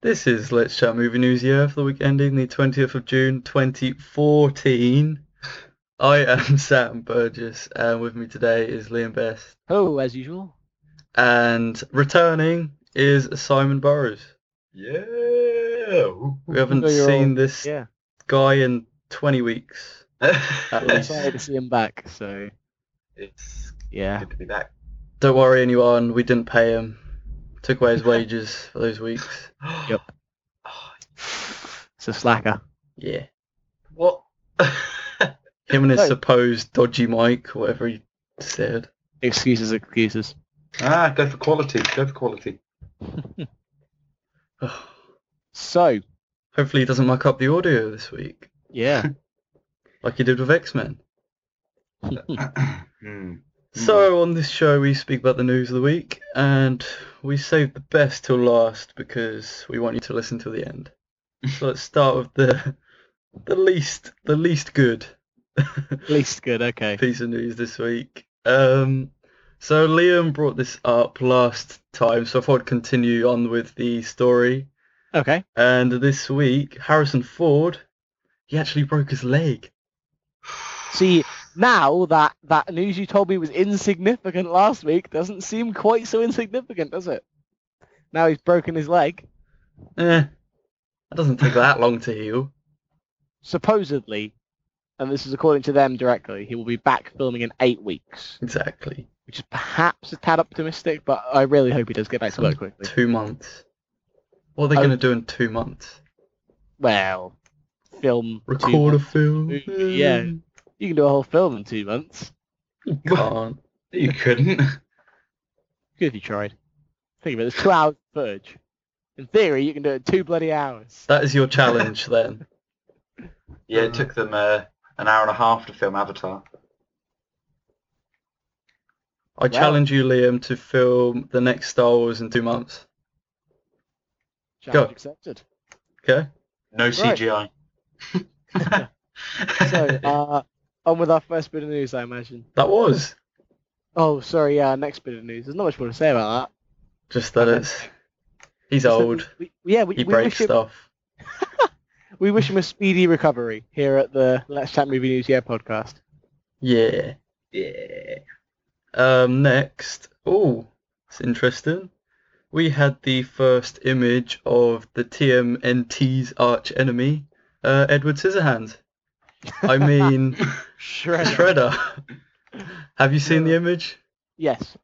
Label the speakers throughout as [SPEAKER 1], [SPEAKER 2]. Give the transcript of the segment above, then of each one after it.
[SPEAKER 1] This is Let's Chat Movie News Year for the week ending the 20th of June 2014. I am Sam Burgess, and with me today is Liam Best.
[SPEAKER 2] Oh, as usual.
[SPEAKER 1] And returning is Simon Burrows.
[SPEAKER 3] Yeah.
[SPEAKER 1] We haven't
[SPEAKER 2] Oh, you're
[SPEAKER 1] seen
[SPEAKER 2] all-
[SPEAKER 1] this
[SPEAKER 2] Yeah.
[SPEAKER 1] guy in 20 weeks. At
[SPEAKER 2] I'm
[SPEAKER 1] least.
[SPEAKER 2] excited to see him back. So
[SPEAKER 3] it's
[SPEAKER 2] yeah.
[SPEAKER 3] good to be back.
[SPEAKER 1] Don't worry, anyone, we didn't pay him. Took away his wages for those weeks.
[SPEAKER 2] Yep. It's a slacker.
[SPEAKER 1] Yeah.
[SPEAKER 3] What?
[SPEAKER 1] Him and his
[SPEAKER 2] Right.
[SPEAKER 1] supposed dodgy mic, whatever he said.
[SPEAKER 2] Excuses, excuses.
[SPEAKER 3] ah, go for quality. Go for quality.
[SPEAKER 2] So
[SPEAKER 1] Hopefully he doesn't muck up the audio this week,
[SPEAKER 2] yeah.
[SPEAKER 1] like he did with X-Men.
[SPEAKER 3] Hmm.
[SPEAKER 1] So on this show we speak about the news of the week and we save the best till last because we want you to listen to the end. So let's start with the the least the least good
[SPEAKER 2] At least good. Okay.
[SPEAKER 1] piece of news this week. Um so Liam brought this up last time, so I thought I'd continue on with the story.
[SPEAKER 2] Okay.
[SPEAKER 1] And this week Harrison Ford he actually broke his leg.
[SPEAKER 2] See now that that news you told me was insignificant last week doesn't seem quite so insignificant, does it? Now he's broken his leg.
[SPEAKER 1] Eh. That doesn't take that long to heal.
[SPEAKER 2] Supposedly, and this is according to them directly, he will be back filming in eight weeks,
[SPEAKER 1] Exactly.
[SPEAKER 2] which is perhaps a tad optimistic, but I really hope he does get back to work quickly.
[SPEAKER 1] Two months. What are they
[SPEAKER 2] Oh.
[SPEAKER 1] going to do in two months?
[SPEAKER 2] Well, film. two
[SPEAKER 1] Record a
[SPEAKER 2] months.
[SPEAKER 1] film?
[SPEAKER 2] movie, yeah. You can do a whole film in two months.
[SPEAKER 1] You can't.
[SPEAKER 3] you couldn't.
[SPEAKER 2] Good if you tried. Think of it. There's two hours of footage. In theory, you can do it in two bloody hours.
[SPEAKER 1] That is your challenge then.
[SPEAKER 3] Yeah, it took them uh, an hour and a half to film Avatar.
[SPEAKER 1] I
[SPEAKER 2] Wow.
[SPEAKER 1] challenge you, Liam, to film the next Star Wars in two months.
[SPEAKER 2] Challenge accepted.
[SPEAKER 1] Okay?
[SPEAKER 3] No CGI.
[SPEAKER 2] So, uh, on with our first bit of news, I imagine.
[SPEAKER 1] That was.
[SPEAKER 2] Oh, sorry, yeah, next bit of news. There's not much more to say about that.
[SPEAKER 1] Just that it's... He's
[SPEAKER 2] Just that
[SPEAKER 1] old.
[SPEAKER 2] We, we- yeah, we,
[SPEAKER 1] He
[SPEAKER 2] we
[SPEAKER 1] breaks
[SPEAKER 2] wish him,
[SPEAKER 1] stuff.
[SPEAKER 2] we wish him a speedy recovery here at the Let's Chat Movie News Yeah podcast.
[SPEAKER 1] Yeah.
[SPEAKER 3] yeah.
[SPEAKER 1] Um, next. Oh, it's interesting. We had the first image of the TMNT's arch enemy, uh, Edward Scissorhands. I mean...
[SPEAKER 2] Shredder.
[SPEAKER 1] Shredder. Have you seen the image?
[SPEAKER 2] yes.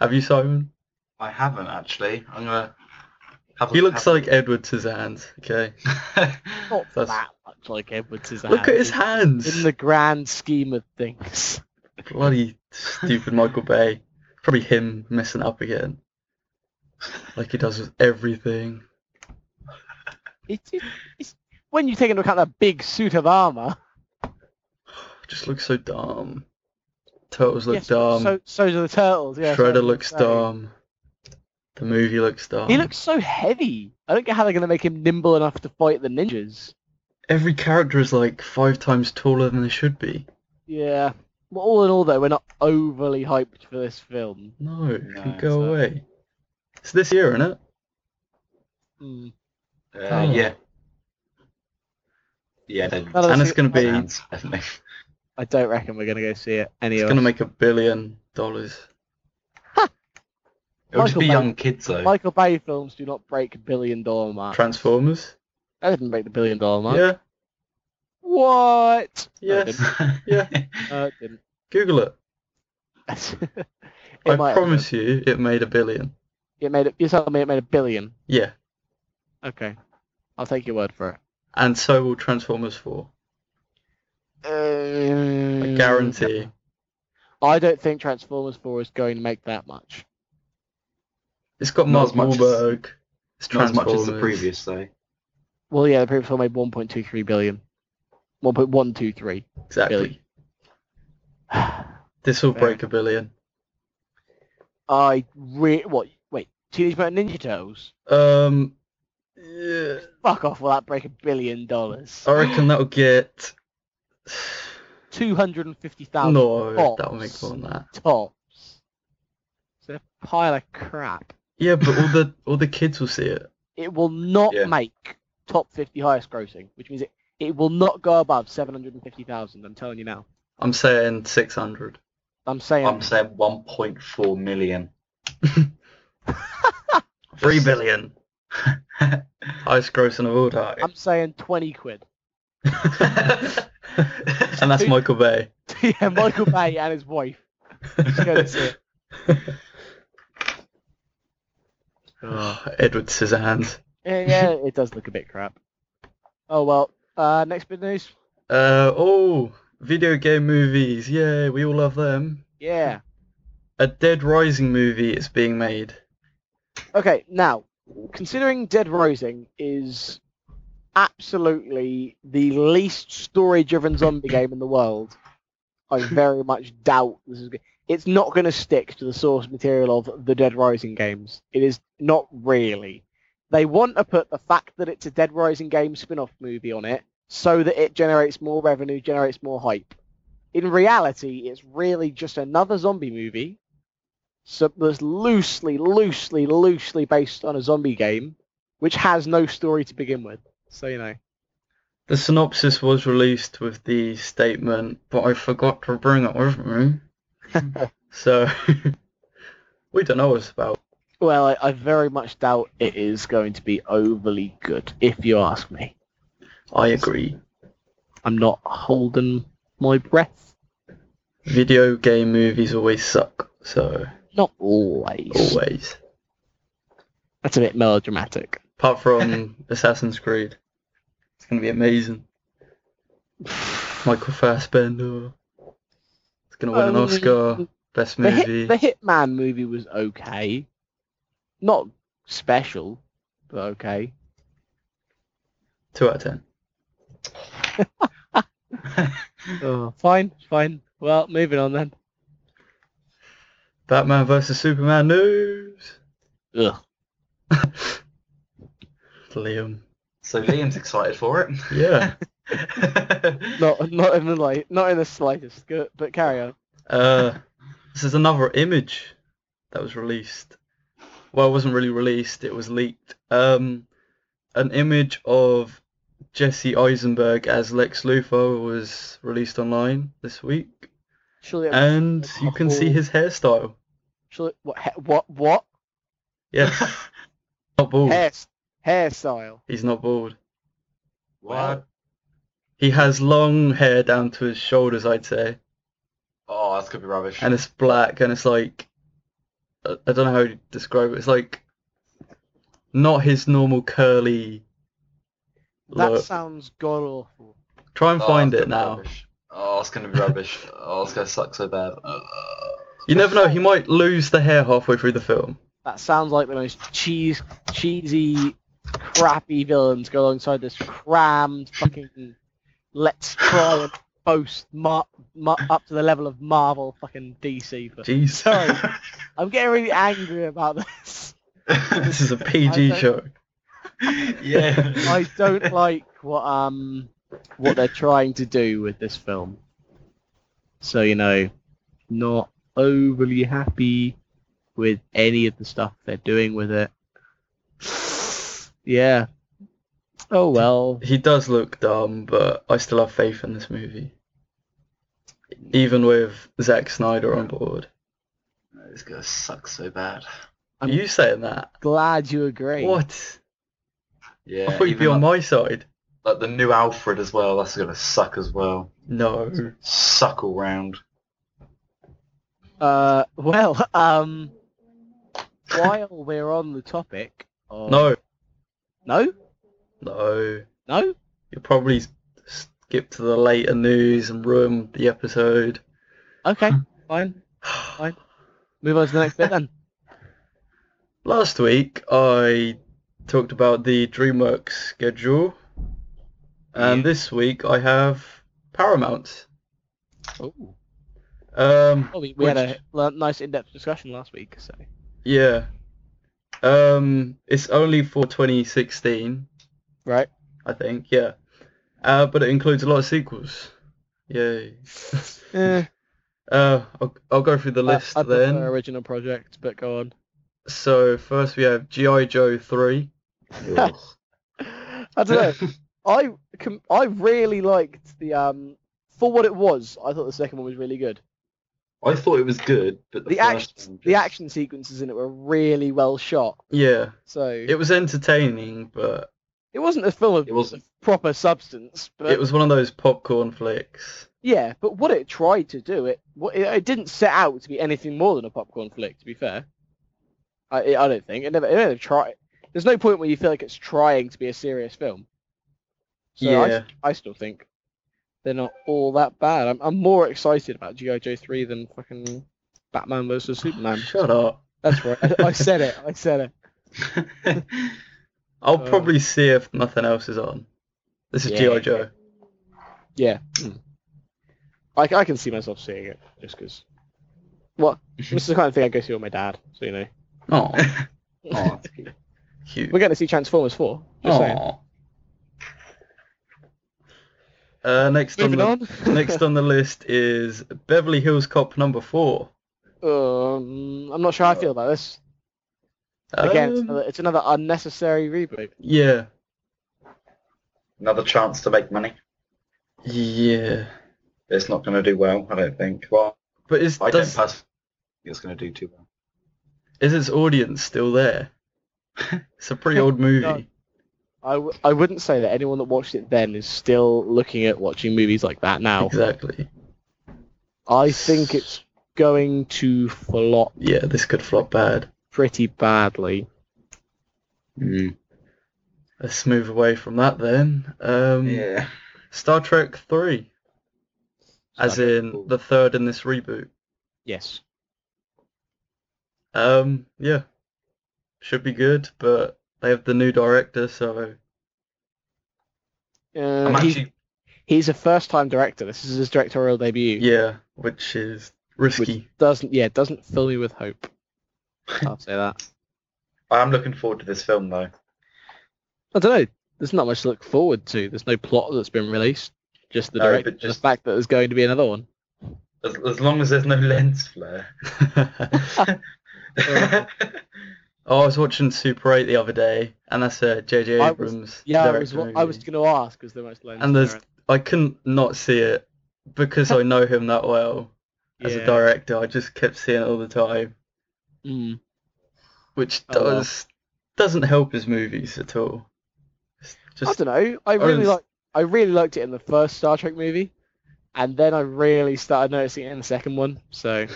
[SPEAKER 1] Have you, Simon?
[SPEAKER 3] I haven't actually. I'm gonna. Have a
[SPEAKER 1] He looks
[SPEAKER 3] have
[SPEAKER 1] like Edward to his hands. Okay.
[SPEAKER 2] Not
[SPEAKER 1] That's-
[SPEAKER 2] that much like Edward's is
[SPEAKER 1] Look at his
[SPEAKER 2] actually, In
[SPEAKER 1] hands.
[SPEAKER 2] the grand scheme of things.
[SPEAKER 1] Bloody stupid Michael Bay. Probably him messing up again. Like he does with everything.
[SPEAKER 2] It's, it's, it's when you take into account that big suit of armor.
[SPEAKER 1] Just looks so dumb. Turtles look
[SPEAKER 2] yes,
[SPEAKER 1] dumb.
[SPEAKER 2] So so do the turtles. Yeah. so I was
[SPEAKER 1] Um, Shredder
[SPEAKER 2] gonna
[SPEAKER 1] looks
[SPEAKER 2] say.
[SPEAKER 1] dumb. The movie looks dumb.
[SPEAKER 2] He looks so heavy. I don't get how they're gonna make him nimble enough to fight the ninjas.
[SPEAKER 1] Every character is like five times taller than they should be.
[SPEAKER 2] Yeah. Well, all in all, though, we're not overly hyped for this film.
[SPEAKER 1] No, it
[SPEAKER 3] No,
[SPEAKER 1] can
[SPEAKER 3] it's
[SPEAKER 1] go
[SPEAKER 3] not.
[SPEAKER 1] away. It's this year, isn't it?
[SPEAKER 2] Mm.
[SPEAKER 3] Uh, yeah. Yeah. Then.
[SPEAKER 2] Well,
[SPEAKER 1] And
[SPEAKER 2] that's
[SPEAKER 1] it's
[SPEAKER 2] it.
[SPEAKER 1] going to be
[SPEAKER 3] Hands, definitely.
[SPEAKER 2] I don't reckon we're gonna go see it anyway.
[SPEAKER 1] It's going to make a billion dollars.
[SPEAKER 3] It'll just
[SPEAKER 2] Michael
[SPEAKER 3] be
[SPEAKER 2] Bay-
[SPEAKER 3] young kids though.
[SPEAKER 2] Michael Bay films do not break billion dollar mark.
[SPEAKER 1] Transformers?
[SPEAKER 2] That didn't break the billion dollar mark.
[SPEAKER 3] Oh,
[SPEAKER 1] Yeah,
[SPEAKER 2] What? No, it
[SPEAKER 1] yes. yeah.
[SPEAKER 2] didn't. No, it didn't.
[SPEAKER 1] Google it.
[SPEAKER 2] It
[SPEAKER 1] I
[SPEAKER 2] might have
[SPEAKER 1] promise you it made a billion.
[SPEAKER 2] done. It made it. You told me it made a billion.
[SPEAKER 1] Yeah,
[SPEAKER 2] Okay. I'll take your word for it.
[SPEAKER 1] and so will Transformers 4.
[SPEAKER 2] Um,
[SPEAKER 1] I
[SPEAKER 3] Mm,
[SPEAKER 2] I
[SPEAKER 1] guarantee.
[SPEAKER 2] I don't think Transformers 4 is going to make that much.
[SPEAKER 1] It's got
[SPEAKER 3] Not
[SPEAKER 1] Mark
[SPEAKER 3] as much as-
[SPEAKER 1] Wahlberg. It's
[SPEAKER 3] Not as
[SPEAKER 1] Transformers.
[SPEAKER 3] much as the previous though.
[SPEAKER 2] Well, yeah, the previous one made 1.23 billion. 1.123.
[SPEAKER 1] Exactly.
[SPEAKER 2] Billion.
[SPEAKER 1] This will
[SPEAKER 2] Fair
[SPEAKER 1] break a billion.
[SPEAKER 2] I re- what? Wait, Teenage Mutant Ninja Turtles?
[SPEAKER 1] Um, yeah,
[SPEAKER 2] Fuck off! Will that break a billion dollars?
[SPEAKER 1] I reckon that'll get...
[SPEAKER 2] Two hundred and fifty thousand
[SPEAKER 1] no,
[SPEAKER 2] tops.
[SPEAKER 1] that'll make more than that.
[SPEAKER 2] tops. It's a pile of crap.
[SPEAKER 1] Yeah, but all the all the kids will see it.
[SPEAKER 2] It will not
[SPEAKER 3] Yeah.
[SPEAKER 2] make top 50 highest grossing, which means it, it will not go above 750,000. I'm telling you now.
[SPEAKER 1] I'm saying 600.
[SPEAKER 2] I'm saying
[SPEAKER 3] I'm saying 1.4 million.
[SPEAKER 1] 3 billion. Highest grossing of all time.
[SPEAKER 2] I'm saying 20 quid.
[SPEAKER 1] And that's Michael Bay.
[SPEAKER 2] yeah, Michael Bay and his wife. Just go and see it.
[SPEAKER 1] Oh, Edward Scissorhands.
[SPEAKER 2] Yeah, yeah, it does look a bit crap. Oh well. Uh, next bit of news.
[SPEAKER 1] Uh, oh, video game movies. Yeah, we all love them.
[SPEAKER 2] Yeah.
[SPEAKER 1] A Dead Rising movie is being made.
[SPEAKER 2] Okay. Now, considering Dead Rising is absolutely the least story-driven zombie game in the world, I very much doubt this is. Good. It's not going to stick to the source material of the Dead Rising games. It is not really. They want to put the fact that it's a Dead Rising game spin-off movie on it, so that it generates more revenue, generates more hype. In reality, it's really just another zombie movie so that's loosely, loosely, loosely based on a zombie game, which has no story to begin with. So you know,
[SPEAKER 1] The synopsis was released with the statement, but I forgot to bring it with me. so we don't know what it's about.
[SPEAKER 2] well, I, I very much doubt it is going to be overly good, if you ask me.
[SPEAKER 1] I agree.
[SPEAKER 2] I'm not holding my breath.
[SPEAKER 1] Video game movies always suck, so
[SPEAKER 2] Not always.
[SPEAKER 1] always.
[SPEAKER 2] That's a bit melodramatic.
[SPEAKER 1] Apart from Assassin's Creed. It's gonna be amazing. Michael Fassbender. It's gonna win an
[SPEAKER 2] Um,
[SPEAKER 1] Oscar. Best
[SPEAKER 2] The,
[SPEAKER 1] movie.
[SPEAKER 2] hit, the Hitman movie was okay, not special, but okay.
[SPEAKER 1] Two out of ten.
[SPEAKER 2] Oh, fine, fine. Well, moving on then.
[SPEAKER 1] Batman vs Superman news.
[SPEAKER 2] Ugh.
[SPEAKER 1] Liam.
[SPEAKER 3] So Liam's excited for it.
[SPEAKER 1] Yeah.
[SPEAKER 2] Not, not in the light, not in the slightest. Go, but carry on.
[SPEAKER 1] Uh, this is another image that was released. Well, it wasn't really released. It was leaked. Um, an image of Jesse Eisenberg as Lex Luthor was released online this week,
[SPEAKER 2] Surely, it was-
[SPEAKER 1] and you can see his hairstyle.
[SPEAKER 2] surely what, ha- what, what
[SPEAKER 1] Yes, not bald.
[SPEAKER 2] hair, hairstyle?
[SPEAKER 1] He's not bald.
[SPEAKER 3] what?
[SPEAKER 1] He has long hair down to his shoulders, I'd say,
[SPEAKER 3] Oh, that's gonna be rubbish.
[SPEAKER 1] and it's black, and it's like I I don't know how to describe it. It's like not his normal curly
[SPEAKER 2] That
[SPEAKER 1] look.
[SPEAKER 2] sounds god awful.
[SPEAKER 1] Try and
[SPEAKER 3] Oh,
[SPEAKER 1] find
[SPEAKER 3] that's
[SPEAKER 1] it
[SPEAKER 3] gonna be
[SPEAKER 1] now.
[SPEAKER 3] rubbish. Oh, it's gonna be rubbish. oh, it's gonna suck so bad. Uh,
[SPEAKER 1] You never know. He might lose the hair halfway through the film.
[SPEAKER 2] That sounds like the most cheese, cheesy, crappy villains go alongside this crammed fucking. let's try and boast mar- mar- up to the level of Marvel fucking DC. But
[SPEAKER 1] Jeez.
[SPEAKER 2] Sorry. I'm getting really angry about this.
[SPEAKER 1] This is a PG
[SPEAKER 2] I don't-
[SPEAKER 1] show.
[SPEAKER 3] yeah.
[SPEAKER 2] I don't like what um what they're trying to do with this film. So you know, not overly happy with any of the stuff they're doing with it. Yeah. Oh well.
[SPEAKER 1] He does look dumb, but I still have faith in this movie. Even with Zack Snyder on board.
[SPEAKER 3] It's gonna suck so bad.
[SPEAKER 2] I'm-
[SPEAKER 1] you saying that?
[SPEAKER 2] Glad you agree.
[SPEAKER 1] What?
[SPEAKER 3] Yeah.
[SPEAKER 1] I thought you'd
[SPEAKER 3] even
[SPEAKER 1] be on
[SPEAKER 3] like,
[SPEAKER 1] my side.
[SPEAKER 3] like the new Alfred as well. That's gonna suck as well.
[SPEAKER 1] No.
[SPEAKER 3] Suck all round.
[SPEAKER 2] Uh. Well. Um. While we're on the topic. Of...
[SPEAKER 1] No.
[SPEAKER 2] No.
[SPEAKER 1] No.
[SPEAKER 2] No.
[SPEAKER 1] You'll probably skip to the later news and ruin the episode.
[SPEAKER 2] Okay. Fine. Fine. Move on to the next bit then.
[SPEAKER 1] Last week I talked about the DreamWorks schedule, and
[SPEAKER 3] Yeah.
[SPEAKER 1] this week I have Paramount.
[SPEAKER 2] Oh.
[SPEAKER 1] Um,
[SPEAKER 2] Well, Oh, we, we had a
[SPEAKER 1] Which-
[SPEAKER 2] l- nice in-depth discussion last week, so
[SPEAKER 1] yeah. Um, it's only for 2016,
[SPEAKER 2] right.
[SPEAKER 1] I think. Yeah. Uh, but it includes a lot of sequels. Yay.
[SPEAKER 2] Eh,
[SPEAKER 1] Uh, I'll, I'll go through the list
[SPEAKER 2] I, I prefer
[SPEAKER 1] then.
[SPEAKER 2] original project, but go on.
[SPEAKER 1] So first we have GI Joe 3,
[SPEAKER 3] Yes.
[SPEAKER 2] I don't know. I com- I really liked the um for what it was. I thought the second one was really good.
[SPEAKER 3] I thought it was good, but the,
[SPEAKER 2] The
[SPEAKER 3] first
[SPEAKER 2] action,
[SPEAKER 3] one
[SPEAKER 2] the
[SPEAKER 3] just-
[SPEAKER 2] action sequences in it were really well shot.
[SPEAKER 1] Yeah,
[SPEAKER 2] So
[SPEAKER 1] it
[SPEAKER 2] it,
[SPEAKER 1] was entertaining, but
[SPEAKER 2] wasn't a film of
[SPEAKER 3] It wasn't.
[SPEAKER 2] proper substance, but
[SPEAKER 1] it was one of those popcorn flicks.
[SPEAKER 2] yeah. But what it tried to do, it what it, it didn't set out to be anything more than a popcorn flick. To be fair, I I I don't think it never, it never tried. There's no point where you feel like it's trying to be a serious film. So I,
[SPEAKER 1] Yeah.
[SPEAKER 2] I still think they're not all that bad. I'm, I'm more excited about GI Joe three than fucking Batman versus Superman.
[SPEAKER 1] Shut up.
[SPEAKER 2] That's right. I, I said it. I said it.
[SPEAKER 1] I'll
[SPEAKER 2] Uh,
[SPEAKER 1] probably see if nothing else is on. This is
[SPEAKER 2] Yeah.
[SPEAKER 1] GI Joe.
[SPEAKER 2] Yeah. I, I can see myself seeing it just because. What? this is the kind of thing I go see with my dad. So you know,
[SPEAKER 1] Oh,
[SPEAKER 3] Oh, that's cute.
[SPEAKER 1] cute.
[SPEAKER 2] we're going to see Transformers four. Just saying.
[SPEAKER 1] Aw. Uh, next on
[SPEAKER 2] Moving
[SPEAKER 1] the
[SPEAKER 2] on.
[SPEAKER 1] next on the list is Beverly Hills Cop number four.
[SPEAKER 2] um, I'm not sure how I feel about this. Again, it's
[SPEAKER 1] Um,
[SPEAKER 2] another, it's another unnecessary reboot.
[SPEAKER 1] yeah,
[SPEAKER 3] Another chance to make money.
[SPEAKER 1] yeah.
[SPEAKER 3] It's not going to do well, I don't think. Well,
[SPEAKER 1] But is
[SPEAKER 3] I
[SPEAKER 1] does,
[SPEAKER 3] don't personally think it's going to do too well.
[SPEAKER 1] is its audience still there? it's a pretty old movie.
[SPEAKER 2] No. I, w- I wouldn't say that anyone that watched it then is still looking at watching movies like that now.
[SPEAKER 1] Exactly.
[SPEAKER 2] I think it's going to flop
[SPEAKER 1] Yeah, this could flop bad.
[SPEAKER 2] pretty badly. Mm.
[SPEAKER 1] Let's move away from that then. Um,
[SPEAKER 3] Yeah.
[SPEAKER 1] Star Trek Three, as in
[SPEAKER 3] cool.
[SPEAKER 1] the third in this reboot.
[SPEAKER 2] Uh, Yes.
[SPEAKER 1] Um, yeah, should be good, but they have the new director, so
[SPEAKER 2] Uh,
[SPEAKER 3] I'm
[SPEAKER 2] he-
[SPEAKER 3] actually,
[SPEAKER 2] he's a first-time director. This is his directorial debut.
[SPEAKER 1] yeah, which is risky.
[SPEAKER 2] Doesn't yeah doesn't fill me with hope. I'll say that.
[SPEAKER 3] I am looking forward to this film though.
[SPEAKER 2] I don't know. There's not much to look forward to. There's no plot that's been released. Just the
[SPEAKER 3] No,
[SPEAKER 2] direct,
[SPEAKER 3] but just-
[SPEAKER 2] the fact that there's going to be another one.
[SPEAKER 3] As, as long as there's no lens flare.
[SPEAKER 1] Oh, I was watching Super 8 the other day, and that's uh, J.J.
[SPEAKER 2] I was-
[SPEAKER 1] Abrams.
[SPEAKER 2] Yeah, I
[SPEAKER 1] director
[SPEAKER 2] was, wa- I was
[SPEAKER 1] movie.
[SPEAKER 2] going to ask because there was loads
[SPEAKER 1] And
[SPEAKER 2] there,
[SPEAKER 1] there's- I couldn't not see it because I know him that well as
[SPEAKER 2] yeah.
[SPEAKER 1] a director. I just kept seeing it all the time,
[SPEAKER 2] Mm.
[SPEAKER 1] which
[SPEAKER 2] Oh, well.
[SPEAKER 1] does doesn't help his movies at all. It's
[SPEAKER 2] I
[SPEAKER 1] just
[SPEAKER 2] don't know. I
[SPEAKER 1] I
[SPEAKER 2] really
[SPEAKER 1] was-
[SPEAKER 2] like. I really liked it in the first Star Trek movie, and then I really started noticing it in the second one. So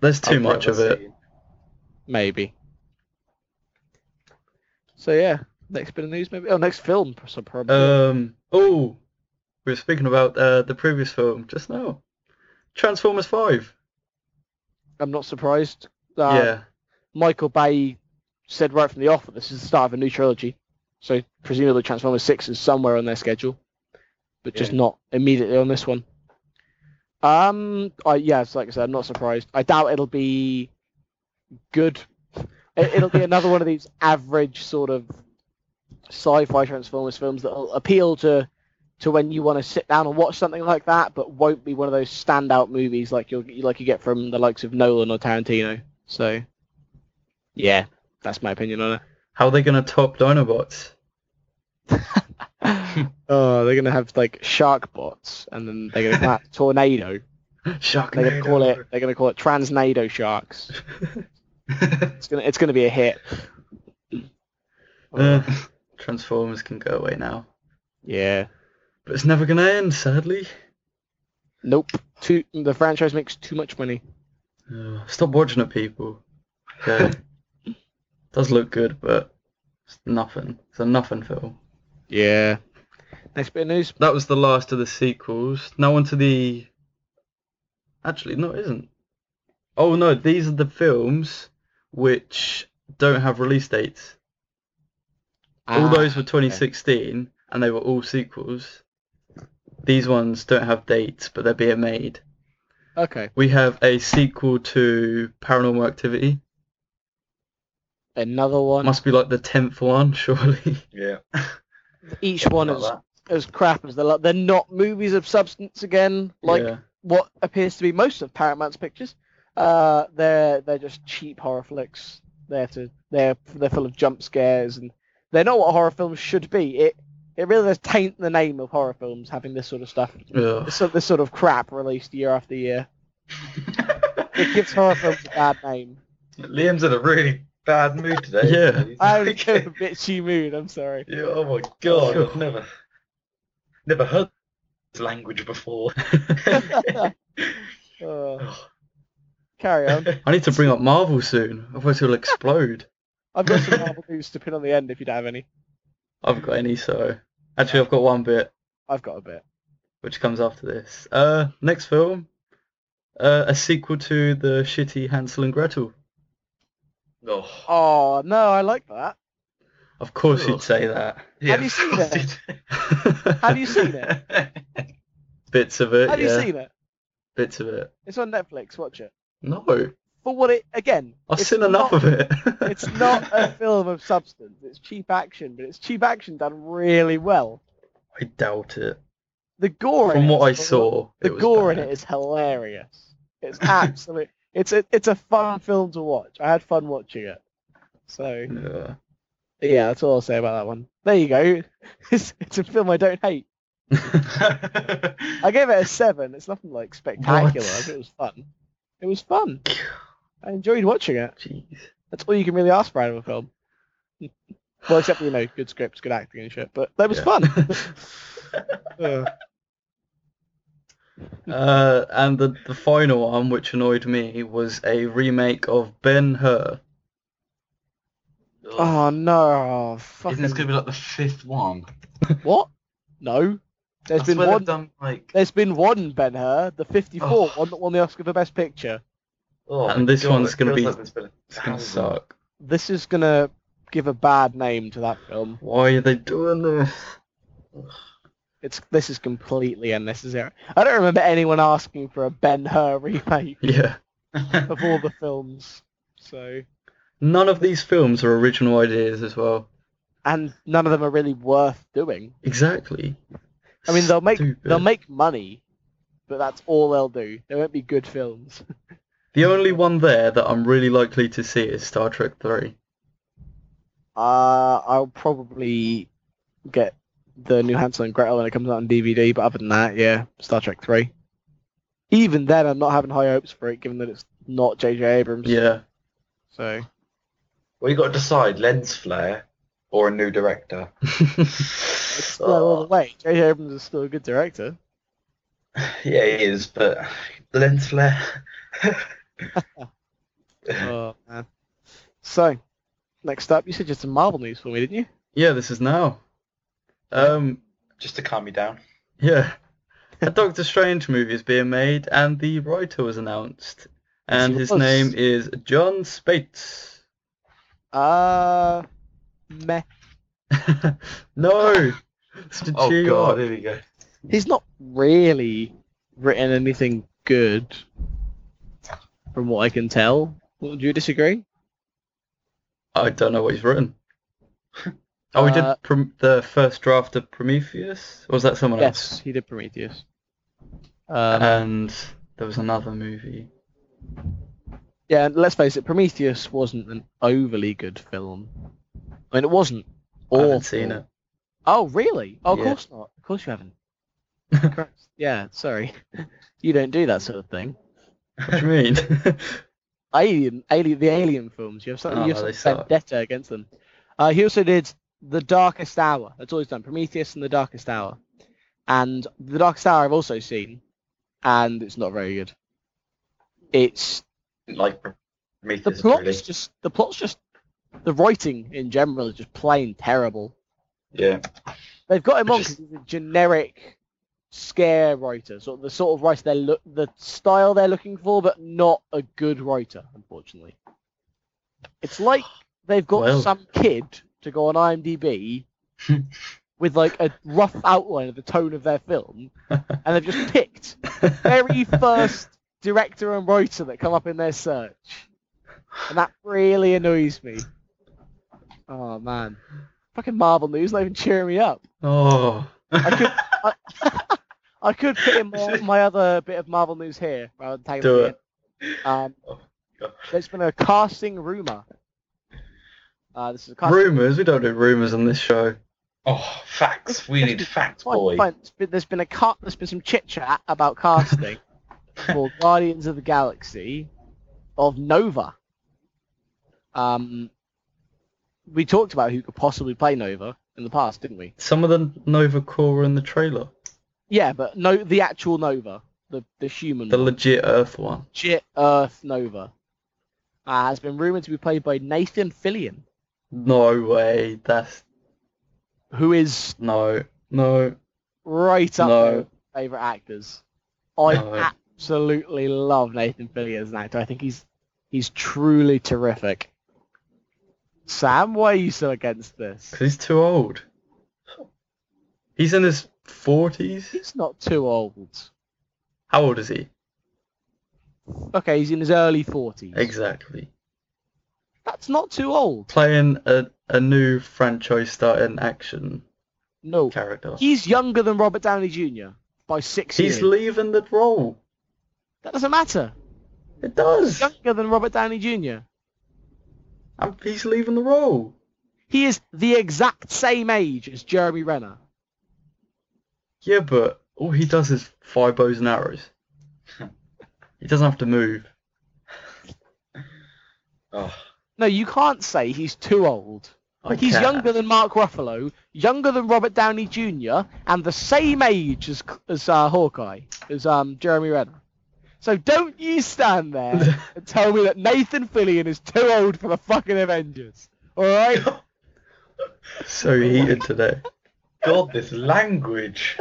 [SPEAKER 1] there's
[SPEAKER 3] I'll
[SPEAKER 1] too much of
[SPEAKER 3] probably
[SPEAKER 1] it.
[SPEAKER 3] see.
[SPEAKER 2] maybe. So yeah, next bit of news maybe. Oh, next film pro- so probably.
[SPEAKER 1] Um. Oh, we were speaking about uh, the previous film just now. Transformers Five.
[SPEAKER 2] I'm not surprised. Uh,
[SPEAKER 1] yeah.
[SPEAKER 2] Michael Bay said right from the off that this is the start of a new trilogy. So presumably Transformers 6 is somewhere on their schedule, but just
[SPEAKER 3] Yeah.
[SPEAKER 2] not immediately on this one. Um, I, yeah, it's like I said, I'm not surprised. I doubt it'll be good. It, it'll be another one of these average sort of sci-fi Transformers films that'll appeal to to when you want to sit down and watch something like that, but won't be one of those standout movies like you will like you get from the likes of Nolan or Tarantino. So, yeah, that's my opinion on
[SPEAKER 1] How are they gonna top Dinobots?
[SPEAKER 2] it. oh, they're gonna have like shark bots, and then they're gonna call it tornado. They're gonna
[SPEAKER 1] Sharknado.
[SPEAKER 2] call it they're gonna call it transnado sharks. It's gonna it's gonna be a hit.
[SPEAKER 1] Uh, Transformers can go away now,
[SPEAKER 2] yeah.
[SPEAKER 1] but it's never gonna end, sadly.
[SPEAKER 2] Nope. Too, the franchise makes too much money.
[SPEAKER 1] Uh, stop watching it, people. Yeah. Does look good, but it's nothing. It's a nothing film.
[SPEAKER 2] Yeah. Next bit of news.
[SPEAKER 1] That was the last of the sequels. Now on to the. Actually, no, it isn't. Oh no, these are the films which don't have release dates. all
[SPEAKER 2] Ah,
[SPEAKER 1] those were 2016, and they were all sequels. These ones don't have dates, but they're being made.
[SPEAKER 2] Okay.
[SPEAKER 1] We have a sequel to Paranormal Activity.
[SPEAKER 2] Another one.
[SPEAKER 1] Must be like the tenth one, surely.
[SPEAKER 3] Yeah.
[SPEAKER 2] Each one
[SPEAKER 3] Like
[SPEAKER 2] is
[SPEAKER 3] that.
[SPEAKER 2] as crap as they're. Like, they're not movies of substance again. Like
[SPEAKER 1] Yeah.
[SPEAKER 2] what appears to be most of Paramount's pictures. Uh, they're they're just cheap horror flicks. They're to they're they're full of jump scares and They're not what horror films should be. It it really does taint the name of horror films having this sort of stuff,
[SPEAKER 1] Ugh.
[SPEAKER 2] this sort, this sort of crap released year after year. It gives horror films a bad name.
[SPEAKER 3] Liam's in a really bad mood today.
[SPEAKER 1] Yeah.
[SPEAKER 3] isn't he?
[SPEAKER 2] I'm in a bitchy mood. I'm sorry.
[SPEAKER 3] Yeah, oh my god, I've never never heard this language before.
[SPEAKER 2] Uh,
[SPEAKER 3] Oh.
[SPEAKER 2] carry on.
[SPEAKER 1] I need to bring up Marvel soon, otherwise it'll explode.
[SPEAKER 2] I've got some Marvel news to pin on the end if you don't have any.
[SPEAKER 1] I've got any, so actually I've got one bit
[SPEAKER 2] I've got a bit.
[SPEAKER 1] which comes after this. Uh, next film, uh, a sequel to the shitty Hansel and Gretel.
[SPEAKER 3] Oh.
[SPEAKER 2] Oh no, I like that.
[SPEAKER 1] Of course
[SPEAKER 3] Ugh.
[SPEAKER 1] you'd say that.
[SPEAKER 3] Yeah,
[SPEAKER 2] Have you
[SPEAKER 3] of
[SPEAKER 2] seen
[SPEAKER 3] course
[SPEAKER 2] it?
[SPEAKER 3] it-
[SPEAKER 2] Have you seen it?
[SPEAKER 1] Bits of it.
[SPEAKER 2] Have
[SPEAKER 1] yeah.
[SPEAKER 2] you seen it?
[SPEAKER 1] Bits of it.
[SPEAKER 2] It's on Netflix. Watch it.
[SPEAKER 1] No,
[SPEAKER 2] But what it again?
[SPEAKER 1] I've
[SPEAKER 2] it's
[SPEAKER 1] seen enough
[SPEAKER 2] not-
[SPEAKER 1] of it.
[SPEAKER 2] It's not a film of substance. It's cheap action, but it's cheap action done really well.
[SPEAKER 1] I doubt it.
[SPEAKER 2] The gore. in
[SPEAKER 1] From
[SPEAKER 2] it
[SPEAKER 1] what I
[SPEAKER 2] is hila-
[SPEAKER 1] saw,
[SPEAKER 2] the
[SPEAKER 1] it was
[SPEAKER 2] gore
[SPEAKER 1] bad.
[SPEAKER 2] in it is hilarious. It's absolute. it's a it's a fun film to watch. I had fun watching it. So
[SPEAKER 1] Yeah.
[SPEAKER 2] yeah, that's all I'll say about that one. There you go. It's it's a film I don't hate. I gave it a seven. It's nothing like spectacular,
[SPEAKER 1] What?
[SPEAKER 2] but it was fun. It was fun. I enjoyed watching it.
[SPEAKER 1] Jeez.
[SPEAKER 2] That's all you can really ask for out of a film. well, except you know, good scripts, good acting and shit. But that was
[SPEAKER 1] Yeah.
[SPEAKER 2] fun. Uh,
[SPEAKER 1] uh, and the, the final one, which annoyed me, was a remake of Ben Hur.
[SPEAKER 3] Oh,
[SPEAKER 2] oh no! Oh,
[SPEAKER 3] Isn't
[SPEAKER 2] fucking
[SPEAKER 3] this gonna be like the fifth one?
[SPEAKER 2] what? No. There's
[SPEAKER 3] I
[SPEAKER 2] been
[SPEAKER 3] swear
[SPEAKER 2] one.
[SPEAKER 3] they've done like.
[SPEAKER 2] There's been one Ben Hur, the 54
[SPEAKER 3] Oh.
[SPEAKER 2] one that won the Oscar for Best Picture.
[SPEAKER 3] Oh,
[SPEAKER 1] And
[SPEAKER 3] my
[SPEAKER 1] this one's
[SPEAKER 3] it
[SPEAKER 1] gonna
[SPEAKER 3] feels
[SPEAKER 1] be-
[SPEAKER 3] like there's been a
[SPEAKER 1] It's gonna
[SPEAKER 3] thousand.
[SPEAKER 1] suck.
[SPEAKER 2] This is gonna give a bad name to that film.
[SPEAKER 1] Why are they doing this?
[SPEAKER 2] It's this is completely unnecessary. I don't remember anyone asking for a Ben Hur remake
[SPEAKER 1] Yeah.
[SPEAKER 2] of all the films. So
[SPEAKER 1] None of these films are original ideas as well.
[SPEAKER 2] and none of them are really worth doing.
[SPEAKER 1] Exactly.
[SPEAKER 2] I mean, they'll make
[SPEAKER 1] Stupid.
[SPEAKER 2] they'll make money, but that's all they'll do. They won't be good films.
[SPEAKER 1] The only one there that I'm really likely to see is Star Trek 3.
[SPEAKER 2] Uh, I'll probably get the new Hansel and Gretel when it comes out on DVD, but other than that, yeah, Star Trek 3. Even then, I'm not having high hopes for it, given that it's not J.J. Abrams.
[SPEAKER 1] Yeah.
[SPEAKER 2] So,
[SPEAKER 3] Well, you got to decide lens flare or a new director.
[SPEAKER 2] well, all the way. J.J. Abrams is still a good director.
[SPEAKER 3] Yeah, he is, but lens flare.
[SPEAKER 2] oh, man. So, next up, you said you had some Marvel news for me, didn't you?
[SPEAKER 1] yeah, this is now. Um,
[SPEAKER 3] Just to calm me down.
[SPEAKER 1] yeah. A Doctor Strange movie is being made and the writer was announced. And
[SPEAKER 2] Yes,
[SPEAKER 1] his
[SPEAKER 2] he was.
[SPEAKER 1] name is John Spates.
[SPEAKER 2] Uh, meh.
[SPEAKER 1] no! It's
[SPEAKER 3] Oh
[SPEAKER 1] New York.
[SPEAKER 3] god, here we go.
[SPEAKER 2] He's not really written anything good, from what I can tell. Do you disagree?
[SPEAKER 1] I don't know what he's written. Oh, we
[SPEAKER 2] Uh,
[SPEAKER 1] did prom- the first draft of Prometheus? Or was that someone else?
[SPEAKER 2] Yes, he did Prometheus. Um,
[SPEAKER 1] and there was another movie.
[SPEAKER 2] yeah, and let's face it, Prometheus wasn't an overly good film. I mean, it wasn't.
[SPEAKER 1] I
[SPEAKER 2] Awful.
[SPEAKER 1] haven't seen it.
[SPEAKER 2] Oh, really? Oh, of
[SPEAKER 1] Yeah.
[SPEAKER 2] course not. Of course you haven't. Christ. Yeah, sorry. You don't do that sort of thing.
[SPEAKER 1] What do you mean?
[SPEAKER 2] Alien, alien, the Alien films. You have something.
[SPEAKER 1] Oh,
[SPEAKER 2] you have
[SPEAKER 1] they
[SPEAKER 2] some
[SPEAKER 1] suck.
[SPEAKER 2] vendetta against them. Uh, he also did The Darkest Hour. That's all he's done. Prometheus and The Darkest Hour. And The Darkest Hour I've also seen, and it's not very good. It's
[SPEAKER 3] Like
[SPEAKER 2] the
[SPEAKER 3] Prometheus,
[SPEAKER 2] plot's
[SPEAKER 3] really.
[SPEAKER 2] just the plot's just the writing in general is just plain terrible.
[SPEAKER 3] Yeah.
[SPEAKER 2] They've got him
[SPEAKER 3] Which
[SPEAKER 2] on
[SPEAKER 3] is-
[SPEAKER 2] 'cause he's a generic scare writer, sort of the sort of writer they look the style they're looking for, but not a good writer, unfortunately. It's like they've got
[SPEAKER 1] Well.
[SPEAKER 2] some kid to go on IMDb with like a rough outline of the tone of their film, and they've just picked very first director and writer that come up in their search. And that really annoys me. Oh man. Fucking Marvel news not even cheering me up.
[SPEAKER 1] oh,
[SPEAKER 2] I could put in my, my other bit of Marvel news here rather than taking
[SPEAKER 1] Do
[SPEAKER 2] it. Um,
[SPEAKER 3] Oh, God.
[SPEAKER 2] there's been a casting rumor Uh, this is a classic.
[SPEAKER 1] Rumors? We don't do rumors on this show.
[SPEAKER 3] Oh, facts. We need facts,
[SPEAKER 2] Fine,
[SPEAKER 3] boy.
[SPEAKER 2] fine. It's been- there's been a cut. There's been some chit chat about casting for Guardians of the Galaxy of Nova. Um, we talked about who could possibly play Nova in the past, didn't we?
[SPEAKER 1] Some of the Nova Corps in the trailer.
[SPEAKER 2] Yeah, but no, the actual Nova, the the human,
[SPEAKER 1] The
[SPEAKER 2] one,
[SPEAKER 1] legit Earth one.
[SPEAKER 2] legit Earth Nova, uh, has been rumored to be played by Nathan Fillion,
[SPEAKER 1] No way. That's
[SPEAKER 2] who is
[SPEAKER 1] no, no.
[SPEAKER 2] right up
[SPEAKER 1] No.
[SPEAKER 2] there with my favorite actors. I
[SPEAKER 1] No.
[SPEAKER 2] absolutely love Nathan Fillion as an actor. I think he's he's truly terrific. Sam, why are you so against this?
[SPEAKER 1] 'Cause he's too old. He's in his forties.
[SPEAKER 2] He's not too old.
[SPEAKER 1] How old is he?
[SPEAKER 2] Okay, he's in his early forties.
[SPEAKER 1] Exactly.
[SPEAKER 2] That's not too old.
[SPEAKER 1] Playing a, a new franchise starting action
[SPEAKER 2] No,
[SPEAKER 1] character.
[SPEAKER 2] he's younger than Robert Downey Jr. by six
[SPEAKER 1] He's
[SPEAKER 2] years.
[SPEAKER 1] leaving the role.
[SPEAKER 2] that doesn't matter.
[SPEAKER 1] It does.
[SPEAKER 2] Younger than Robert Downey Jr.
[SPEAKER 1] Um, He's leaving the role.
[SPEAKER 2] He is the exact same age as Jeremy Renner.
[SPEAKER 1] Yeah, but all he does is fire bows and arrows. he doesn't have to move.
[SPEAKER 3] Oh,
[SPEAKER 2] No, you can't say he's too old.
[SPEAKER 1] I
[SPEAKER 2] He's
[SPEAKER 1] can.
[SPEAKER 2] younger than Mark Ruffalo, younger than Robert Downey Jr., and the same age as as uh, Hawkeye, as um Jeremy Renner. So don't you stand there and tell me that Nathan Fillion is too old for the fucking Avengers. All right?
[SPEAKER 1] So heated today.
[SPEAKER 3] God, this language.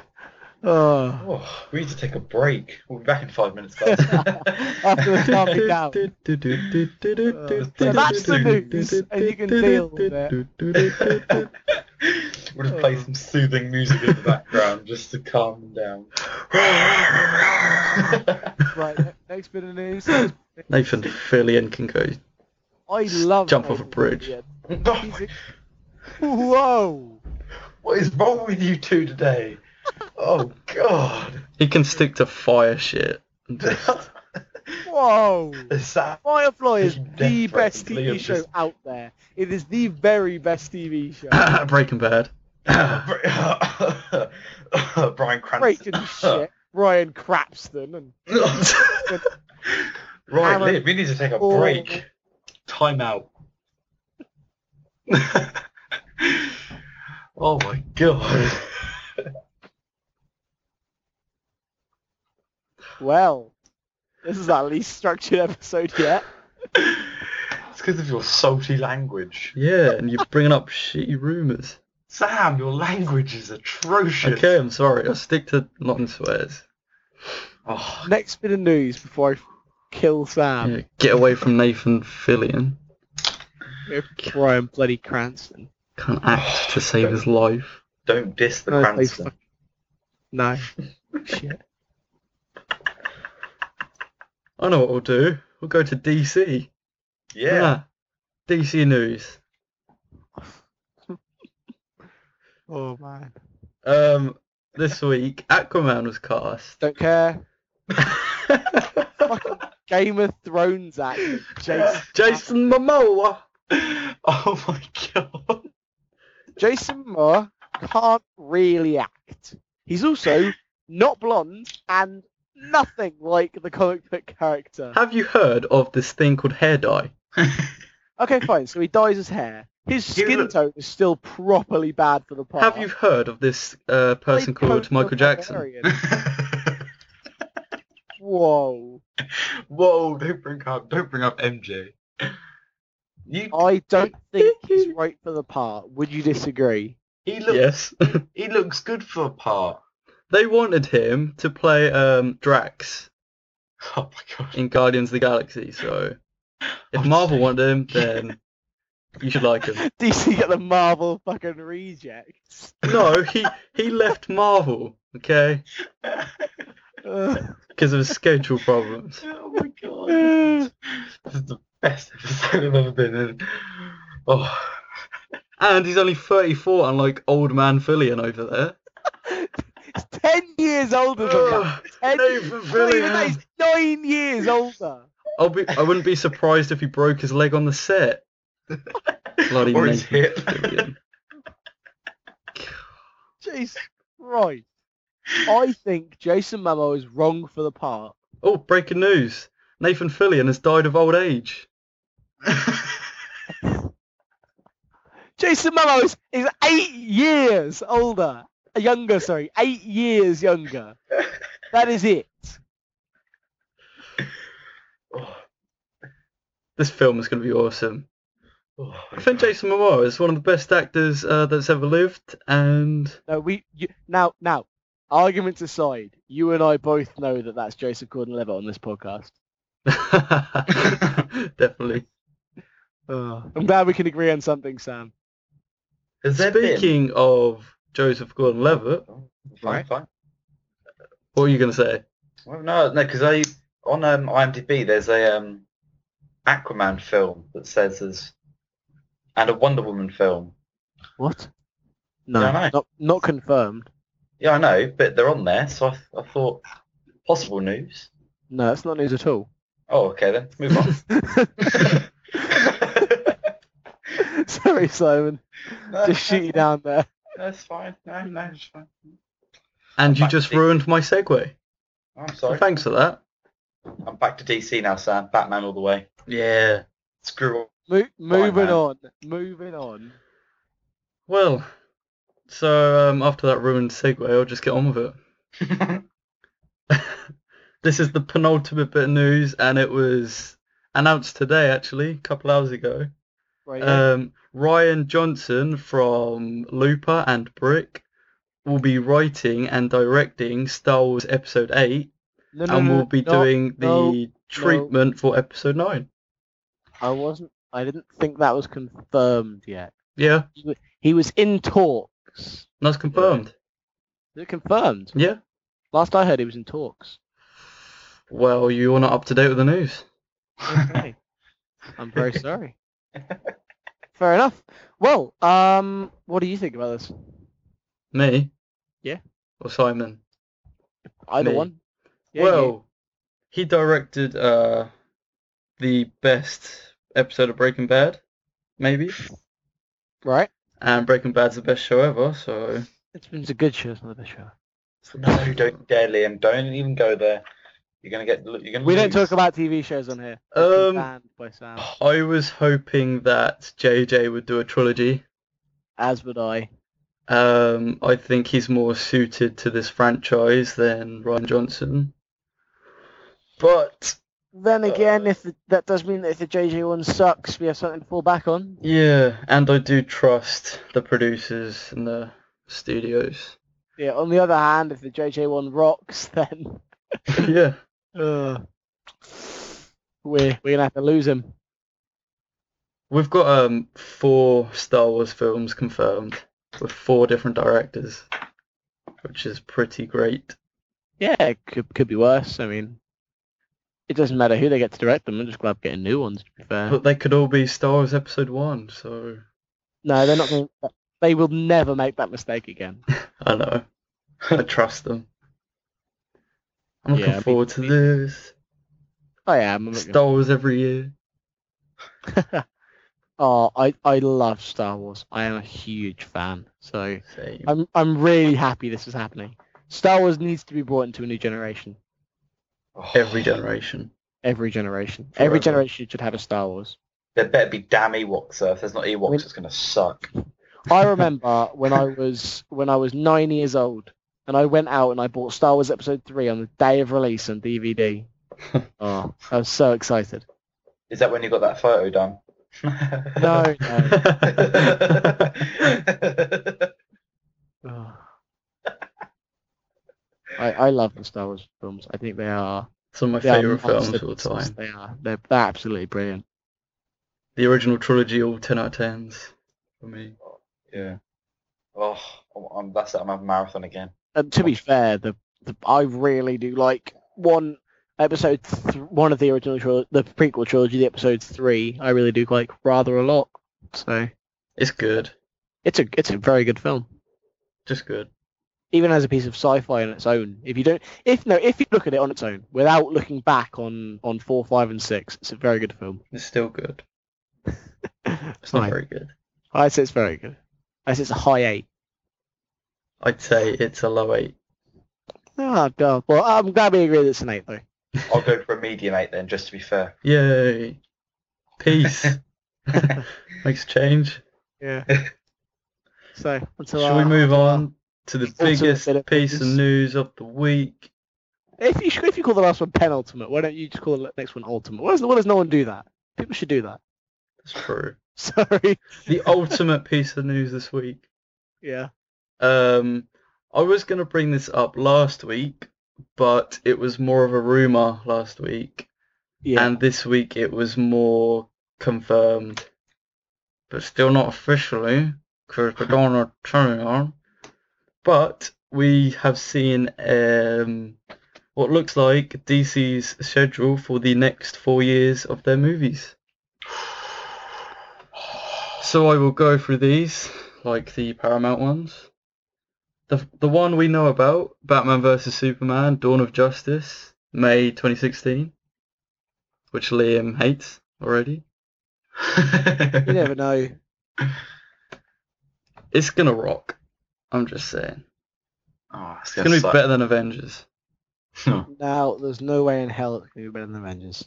[SPEAKER 2] Oh.
[SPEAKER 3] Oh, we need to take a break. We'll be back in five minutes, guys.
[SPEAKER 2] After the calm me down. Uh,
[SPEAKER 1] So
[SPEAKER 2] that's the news, and you can deal with
[SPEAKER 1] it.
[SPEAKER 3] we'll just play some soothing music in the background just to calm them down.
[SPEAKER 2] Right. ne- Next bit of news. I
[SPEAKER 1] Nathan Fillion can go.
[SPEAKER 2] love.
[SPEAKER 1] Jump off a
[SPEAKER 2] Nathan
[SPEAKER 1] bridge.
[SPEAKER 2] Fillion.
[SPEAKER 3] Oh
[SPEAKER 2] He's
[SPEAKER 3] my-
[SPEAKER 2] a- Whoa.
[SPEAKER 3] what is wrong with you two today? Oh God!
[SPEAKER 1] He can stick to fire shit. And just-
[SPEAKER 2] Whoa.
[SPEAKER 3] Sam,
[SPEAKER 2] Firefly is
[SPEAKER 3] Death
[SPEAKER 2] the
[SPEAKER 3] threat
[SPEAKER 2] best
[SPEAKER 3] from
[SPEAKER 2] TV
[SPEAKER 3] Liam
[SPEAKER 2] show
[SPEAKER 3] just-
[SPEAKER 2] out there. It is the very best TV show.
[SPEAKER 1] Breaking Bad.
[SPEAKER 3] Brian Cranston.
[SPEAKER 2] Breaking shit. Ryan Crapston and
[SPEAKER 3] right,
[SPEAKER 2] Aaron-
[SPEAKER 3] Liv, we need to take a
[SPEAKER 2] Oh.
[SPEAKER 3] break. Time out. oh my God!
[SPEAKER 2] well, this is our least structured episode yet.
[SPEAKER 3] It's because of your salty language.
[SPEAKER 1] Yeah, and you're bringing up shitty rumours.
[SPEAKER 3] Sam, your language is atrocious.
[SPEAKER 1] Okay, I'm sorry. I'll stick to not in swears.
[SPEAKER 3] Oh,
[SPEAKER 2] Next bit of news before I kill Sam.
[SPEAKER 1] Yeah, get away from Nathan Fillion.
[SPEAKER 2] Ryan bloody Cranston.
[SPEAKER 1] Can't act to save his life.
[SPEAKER 3] don't diss the
[SPEAKER 2] No, they
[SPEAKER 3] Cranston.
[SPEAKER 2] fuck- No. shit.
[SPEAKER 1] I know what we'll do. We'll go to DC.
[SPEAKER 3] Yeah.
[SPEAKER 1] DC news.
[SPEAKER 2] Oh man.
[SPEAKER 1] Um, this week Aquaman was cast.
[SPEAKER 2] Don't care. Fucking Game of Thrones actor. Jason,
[SPEAKER 1] Jason Momoa.
[SPEAKER 3] oh my God.
[SPEAKER 2] Jason Moore can't really act. He's also not blonde and nothing like the comic book character.
[SPEAKER 1] Have you heard of this thing called hair dye?
[SPEAKER 2] Okay, fine. So he dyes his hair. His
[SPEAKER 3] You
[SPEAKER 2] skin
[SPEAKER 3] look-
[SPEAKER 2] tone is still properly bad for the part.
[SPEAKER 1] Have you heard of this uh,
[SPEAKER 2] They
[SPEAKER 1] person called
[SPEAKER 2] coat
[SPEAKER 1] Michael
[SPEAKER 2] the
[SPEAKER 1] Jackson?
[SPEAKER 2] barbarian. Whoa!
[SPEAKER 3] Whoa, don't bring up don't bring up MJ. You,
[SPEAKER 2] I don't think he's right for the part. Would you disagree?
[SPEAKER 3] he looks
[SPEAKER 1] Yes.
[SPEAKER 3] he looks good for a part.
[SPEAKER 1] they wanted him to play um, Drax
[SPEAKER 3] Oh my god.
[SPEAKER 1] in Guardians of the Galaxy. So if
[SPEAKER 2] Oh,
[SPEAKER 3] I'm
[SPEAKER 1] Marvel
[SPEAKER 3] saying-
[SPEAKER 1] wanted him, then you should like him.
[SPEAKER 2] DC got the Marvel fucking rejects.
[SPEAKER 1] No, he he left Marvel. Okay.
[SPEAKER 2] Ugh.
[SPEAKER 1] because of schedule problems.
[SPEAKER 3] oh my god. This is the best episode I've ever been in. Oh
[SPEAKER 1] And he's only 34, unlike old man Fillion over there.
[SPEAKER 2] He's ten years older than that.
[SPEAKER 1] Ugh,
[SPEAKER 2] Ten
[SPEAKER 1] Nathan
[SPEAKER 2] Not even
[SPEAKER 1] Fillion.
[SPEAKER 2] that, he's nine years older.
[SPEAKER 1] I'll be, I wouldn't be surprised if he broke his leg on the set. Bloody
[SPEAKER 3] or his hip.
[SPEAKER 1] Nathan Fillion.
[SPEAKER 2] Jesus Christ. I think Jason Momoa is wrong for the part.
[SPEAKER 1] Oh, breaking news. Nathan Fillion has died of old age.
[SPEAKER 2] Jason Momoa is, is eight years older. Uh, Younger, sorry. Eight years younger. That is it.
[SPEAKER 3] oh,
[SPEAKER 1] This film is going to be awesome.
[SPEAKER 3] oh,
[SPEAKER 1] I think Jason Momoa is one of the best actors uh, that's ever lived, and
[SPEAKER 2] No, we you, now now arguments aside, you and I both know that that's Joseph Gordon-Levitt on this podcast.
[SPEAKER 1] definitely.
[SPEAKER 2] I'm glad we can agree on something, Sam.
[SPEAKER 3] Has there been-
[SPEAKER 1] Speaking of Joseph Gordon-Levitt,
[SPEAKER 3] Fine, fine.
[SPEAKER 1] what are you going to say?
[SPEAKER 3] Well, no, no, because I on um, IMDb there's a um, Aquaman film that says there's and a Wonder Woman film.
[SPEAKER 2] What? No,
[SPEAKER 3] Yeah, I know.
[SPEAKER 2] not not confirmed.
[SPEAKER 3] Yeah, I know, but they're on there, so I, I thought possible news.
[SPEAKER 2] No, that's not news at all.
[SPEAKER 3] Oh, okay then, move on.
[SPEAKER 2] sorry, Simon.
[SPEAKER 3] No,
[SPEAKER 2] Just shoot you down there.
[SPEAKER 3] That's fine. No, no, it's fine.
[SPEAKER 1] And you
[SPEAKER 3] Back
[SPEAKER 1] just
[SPEAKER 3] to-
[SPEAKER 1] ruined my segue.
[SPEAKER 3] Oh, I'm
[SPEAKER 1] So
[SPEAKER 3] sorry.
[SPEAKER 1] thanks for that.
[SPEAKER 3] I'm back to DC now, Sam. Batman all the way.
[SPEAKER 1] Yeah.
[SPEAKER 3] Screw all.
[SPEAKER 2] Mo- moving
[SPEAKER 3] man.
[SPEAKER 2] on. Moving on.
[SPEAKER 1] Well, so um, after that ruined segue, I'll just get on with it. This is the penultimate bit of news, and it was announced today, actually, a couple hours ago.
[SPEAKER 3] Oh,
[SPEAKER 2] Right.
[SPEAKER 1] Um, Ryan Johnson from Looper and Brick will be writing and directing Star Wars Episode 8,
[SPEAKER 2] no, no,
[SPEAKER 1] and
[SPEAKER 2] no,
[SPEAKER 1] will be
[SPEAKER 2] no,
[SPEAKER 1] doing the
[SPEAKER 2] no,
[SPEAKER 1] treatment for Episode 9.
[SPEAKER 2] I wasn't. I didn't think that was confirmed yet.
[SPEAKER 1] Yeah,
[SPEAKER 2] He was in talks.
[SPEAKER 1] that's confirmed.
[SPEAKER 2] Is it confirmed?
[SPEAKER 1] Yeah.
[SPEAKER 2] Last I heard, he was in talks.
[SPEAKER 1] Well, you're not up to date with the news.
[SPEAKER 2] Okay. I'm very sorry. Fair enough. Well, um, what do you think about this?
[SPEAKER 1] Me?
[SPEAKER 2] Yeah.
[SPEAKER 1] Or Simon?
[SPEAKER 2] Either
[SPEAKER 1] Me.
[SPEAKER 2] one. Yeah,
[SPEAKER 1] well,
[SPEAKER 2] you.
[SPEAKER 1] he directed uh, the best episode of Breaking Bad, maybe.
[SPEAKER 2] right.
[SPEAKER 1] And Breaking Bad's the best show ever, so
[SPEAKER 2] It's been a good show. It's not the best show.
[SPEAKER 3] No, don't dare, Liam. Don't even go there. You're gonna get. You're gonna.
[SPEAKER 2] We don't
[SPEAKER 3] lose.
[SPEAKER 2] talk about TV shows on here. It's been
[SPEAKER 1] Um,
[SPEAKER 2] banned by Sam,
[SPEAKER 1] I was hoping that JJ would do a trilogy.
[SPEAKER 2] as would I.
[SPEAKER 1] Um, I think he's more suited to this franchise than Ryan Johnson. But
[SPEAKER 2] Then again,
[SPEAKER 1] Uh,
[SPEAKER 2] if the, that does mean that if the JJ one sucks, we have something to fall back on.
[SPEAKER 1] yeah, and I do trust the producers and the studios.
[SPEAKER 2] Yeah. On the other hand, if the JJ one rocks, then
[SPEAKER 1] yeah.
[SPEAKER 2] uh, we're we're gonna have to lose him.
[SPEAKER 1] We've got um four Star Wars films confirmed with four different directors, which is pretty great.
[SPEAKER 2] Yeah, it could could be worse. I mean, it doesn't matter who they get to direct them. I'm just glad we're getting new ones. To be fair,
[SPEAKER 1] But they could all be Star Wars Episode One, so
[SPEAKER 2] no, they're not going. to They will never make that mistake again.
[SPEAKER 1] I know. I trust them. I'm looking
[SPEAKER 2] Yeah, I mean-
[SPEAKER 1] forward to this.
[SPEAKER 2] I am. I'm not gonna-
[SPEAKER 1] Star Wars every year.
[SPEAKER 2] oh, I I love Star Wars. I am a huge fan. So
[SPEAKER 1] Same.
[SPEAKER 2] I'm I'm really happy this is happening. Star Wars needs to be brought into a new generation.
[SPEAKER 3] Oh,
[SPEAKER 1] Every generation.
[SPEAKER 2] Every generation.
[SPEAKER 1] Forever.
[SPEAKER 2] Every generation should have a Star Wars.
[SPEAKER 3] There better be damn Ewoks though. If there's not Ewoks,
[SPEAKER 2] Win-
[SPEAKER 3] it's gonna suck.
[SPEAKER 2] I remember when I was when I was nine years old, and I went out and I bought Star Wars Episode Three on the day of release on DVD. oh, I was so excited.
[SPEAKER 3] Is that when you got that photo done?
[SPEAKER 2] No, no. Oh. I I love the Star Wars films. I think they are
[SPEAKER 1] Some of my
[SPEAKER 2] they are
[SPEAKER 1] favourite films of all
[SPEAKER 2] masterpieces.
[SPEAKER 1] time.
[SPEAKER 2] They are they're, they're absolutely brilliant.
[SPEAKER 1] The original trilogy, all 10 out of 10s for me.
[SPEAKER 3] yeah. Oh, I'm, that's it. I'm having marathon again.
[SPEAKER 2] And to be fair, the, the I really do like one episode, th- one of the original tril- the prequel trilogy, the episode three. I really do like rather a lot. So
[SPEAKER 1] It's good.
[SPEAKER 2] it's a it's a very good film,
[SPEAKER 1] Just good.
[SPEAKER 2] even as a piece of sci-fi on its own. If you don't, if no, if you look at it on its own without looking back on on four, five, and six, it's a very good film.
[SPEAKER 1] It's still good. It's not
[SPEAKER 2] Fine.
[SPEAKER 1] very good.
[SPEAKER 2] I'd say it's very good. I'd say it's a high eight.
[SPEAKER 1] I'd say it's a low eight.
[SPEAKER 2] Oh god. Well, I'm glad we agree that it's an eight though.
[SPEAKER 3] I'll go for a medium eight then, just to be fair.
[SPEAKER 1] Yay! Peace. Makes change.
[SPEAKER 2] Yeah. so until
[SPEAKER 1] Shall
[SPEAKER 2] our-
[SPEAKER 1] we move on to the
[SPEAKER 2] alternate
[SPEAKER 1] biggest
[SPEAKER 2] bit of
[SPEAKER 1] piece of
[SPEAKER 2] news.
[SPEAKER 1] news of the week?
[SPEAKER 2] If you if you call the last one penultimate, why don't you just call the next one ultimate? Why does, why does no one do that? People should do that.
[SPEAKER 1] That's true.
[SPEAKER 2] Sorry.
[SPEAKER 1] The ultimate piece of news this week.
[SPEAKER 2] Yeah.
[SPEAKER 1] Um, I was going to bring this up last week, but it was more of a rumor last week,
[SPEAKER 2] Yeah.
[SPEAKER 1] and this week it was more confirmed, but still not officially because we don't want to turn it on. But we have seen um, what looks like DC's schedule for the next four years of their movies. So I will go through these, like the Paramount ones. The the one we know about, Batman vs Superman: Dawn of Justice, May 2016, which Liam hates already.
[SPEAKER 2] you never know.
[SPEAKER 1] It's gonna rock. I'm just saying.
[SPEAKER 3] Oh, it's
[SPEAKER 1] It's
[SPEAKER 3] gonna,
[SPEAKER 1] gonna be
[SPEAKER 3] suck.
[SPEAKER 1] better than Avengers.
[SPEAKER 2] Now there's no way in hell it's gonna be better than Avengers.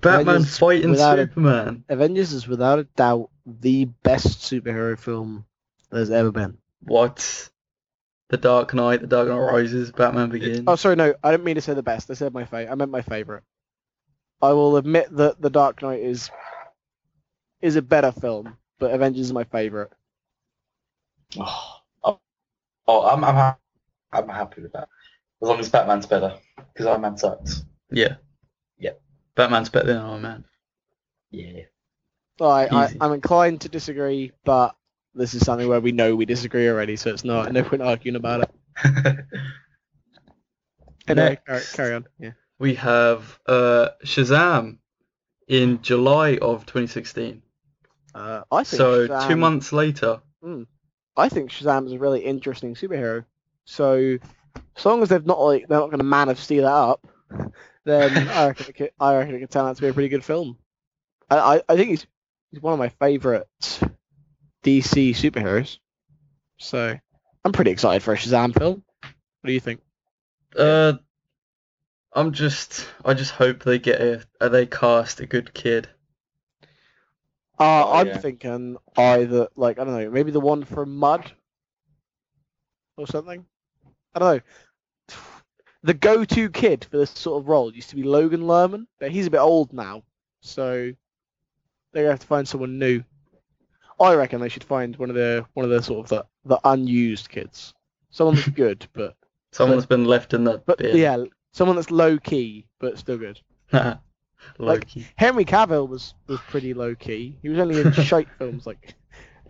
[SPEAKER 1] Batman
[SPEAKER 2] Avengers
[SPEAKER 1] fighting
[SPEAKER 2] without a-
[SPEAKER 1] Superman.
[SPEAKER 2] Avengers is without a doubt the best superhero film there's ever been.
[SPEAKER 1] What? The Dark Knight, The Dark Knight Rises, Batman Begins.
[SPEAKER 2] Oh, sorry, no, I didn't mean to say the best. I said my favorite. I meant my favorite. I will admit that The Dark Knight is is a better film, but Avengers is my favorite.
[SPEAKER 3] Oh, oh, oh, I'm, I'm, ha- I'm happy with that. As long as Batman's better, because Iron Man sucks.
[SPEAKER 1] Yeah.
[SPEAKER 3] Yeah.
[SPEAKER 1] Batman's better than Iron Man.
[SPEAKER 3] Yeah.
[SPEAKER 2] I, I
[SPEAKER 1] Easy.
[SPEAKER 2] I'm inclined to disagree, but this is something where we know we disagree already, so it's not no point arguing about it. Anyway, carry,
[SPEAKER 1] Next.
[SPEAKER 2] carry on. Yeah.
[SPEAKER 1] we have uh, Shazam in July of 2016.
[SPEAKER 2] Uh, I think
[SPEAKER 1] So
[SPEAKER 2] Shazam-
[SPEAKER 1] two months later,
[SPEAKER 2] I think Shazam is a really interesting superhero. So as long as they've not like they're not going to Man of Steel that up, then I reckon it could, I reckon it could turn out to be a pretty good film. I I, I think he's he's one of my favourite DC superheroes. So I'm pretty excited for a Shazam film. What do you think?
[SPEAKER 1] uh, I'm just I just hope they get a uh, they cast a good kid.
[SPEAKER 2] Uh,
[SPEAKER 3] Oh,
[SPEAKER 2] I'm
[SPEAKER 3] yeah.
[SPEAKER 2] thinking either like I don't know, maybe the one from Mud or something. I don't know. The go-to kid for this sort of role used to be Logan Lerman, but he's a bit old now, so they're gonna have to find someone new. I reckon they should find one of the one of the sort of the, the unused kids, someone that's good, but
[SPEAKER 1] Someone that's been left in that
[SPEAKER 2] but
[SPEAKER 1] bin.
[SPEAKER 2] yeah, someone that's low key but still good.
[SPEAKER 1] Yeah.
[SPEAKER 2] Like- Henry Cavill was, was pretty low key. He was only in shite films like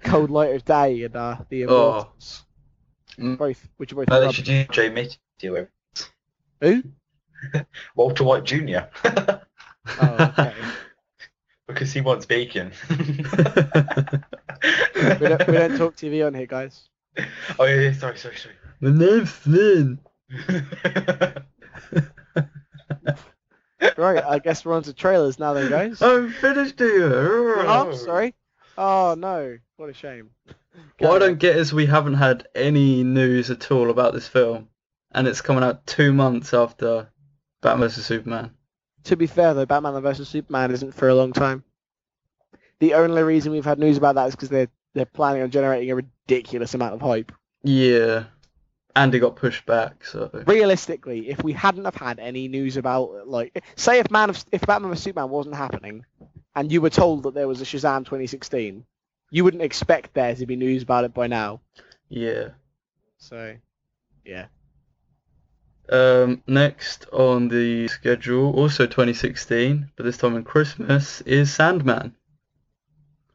[SPEAKER 2] Cold Light of Day and uh, The Immortals.
[SPEAKER 3] Oh. Mm.
[SPEAKER 2] Both, which are both.
[SPEAKER 3] No, they
[SPEAKER 2] rubbish.
[SPEAKER 3] should do Joe Mitchell.
[SPEAKER 2] Who?
[SPEAKER 3] Walter White Jr.
[SPEAKER 2] Oh, okay.
[SPEAKER 3] because he wants bacon.
[SPEAKER 2] we, don't, we don't talk TV on here, guys.
[SPEAKER 3] Oh yeah, yeah, sorry, sorry, sorry.
[SPEAKER 1] My name's Flynn.
[SPEAKER 2] Right, I guess we're on to trailers now, then, guys.
[SPEAKER 3] Oh.
[SPEAKER 1] I'm finished here.
[SPEAKER 2] oh, sorry. Oh no, what a shame.
[SPEAKER 1] What I don't get is we haven't had any news at all about this film, and it's coming out two months after Batman vs Superman.
[SPEAKER 2] To be fair though, Batman vs Superman isn't for a long time. The only reason we've had news about that is because they're they're planning on generating a ridiculous amount of hype.
[SPEAKER 1] Yeah, and it got pushed back. So
[SPEAKER 2] realistically, if we hadn't have had any news about like say if Man of if Batman vs Superman wasn't happening, and you were told that there was a Shazam 2016, you wouldn't expect there to be news about it by now.
[SPEAKER 1] yeah.
[SPEAKER 2] So, yeah,
[SPEAKER 1] Um, next on the schedule, also 2016, but this time in Christmas, is Sandman,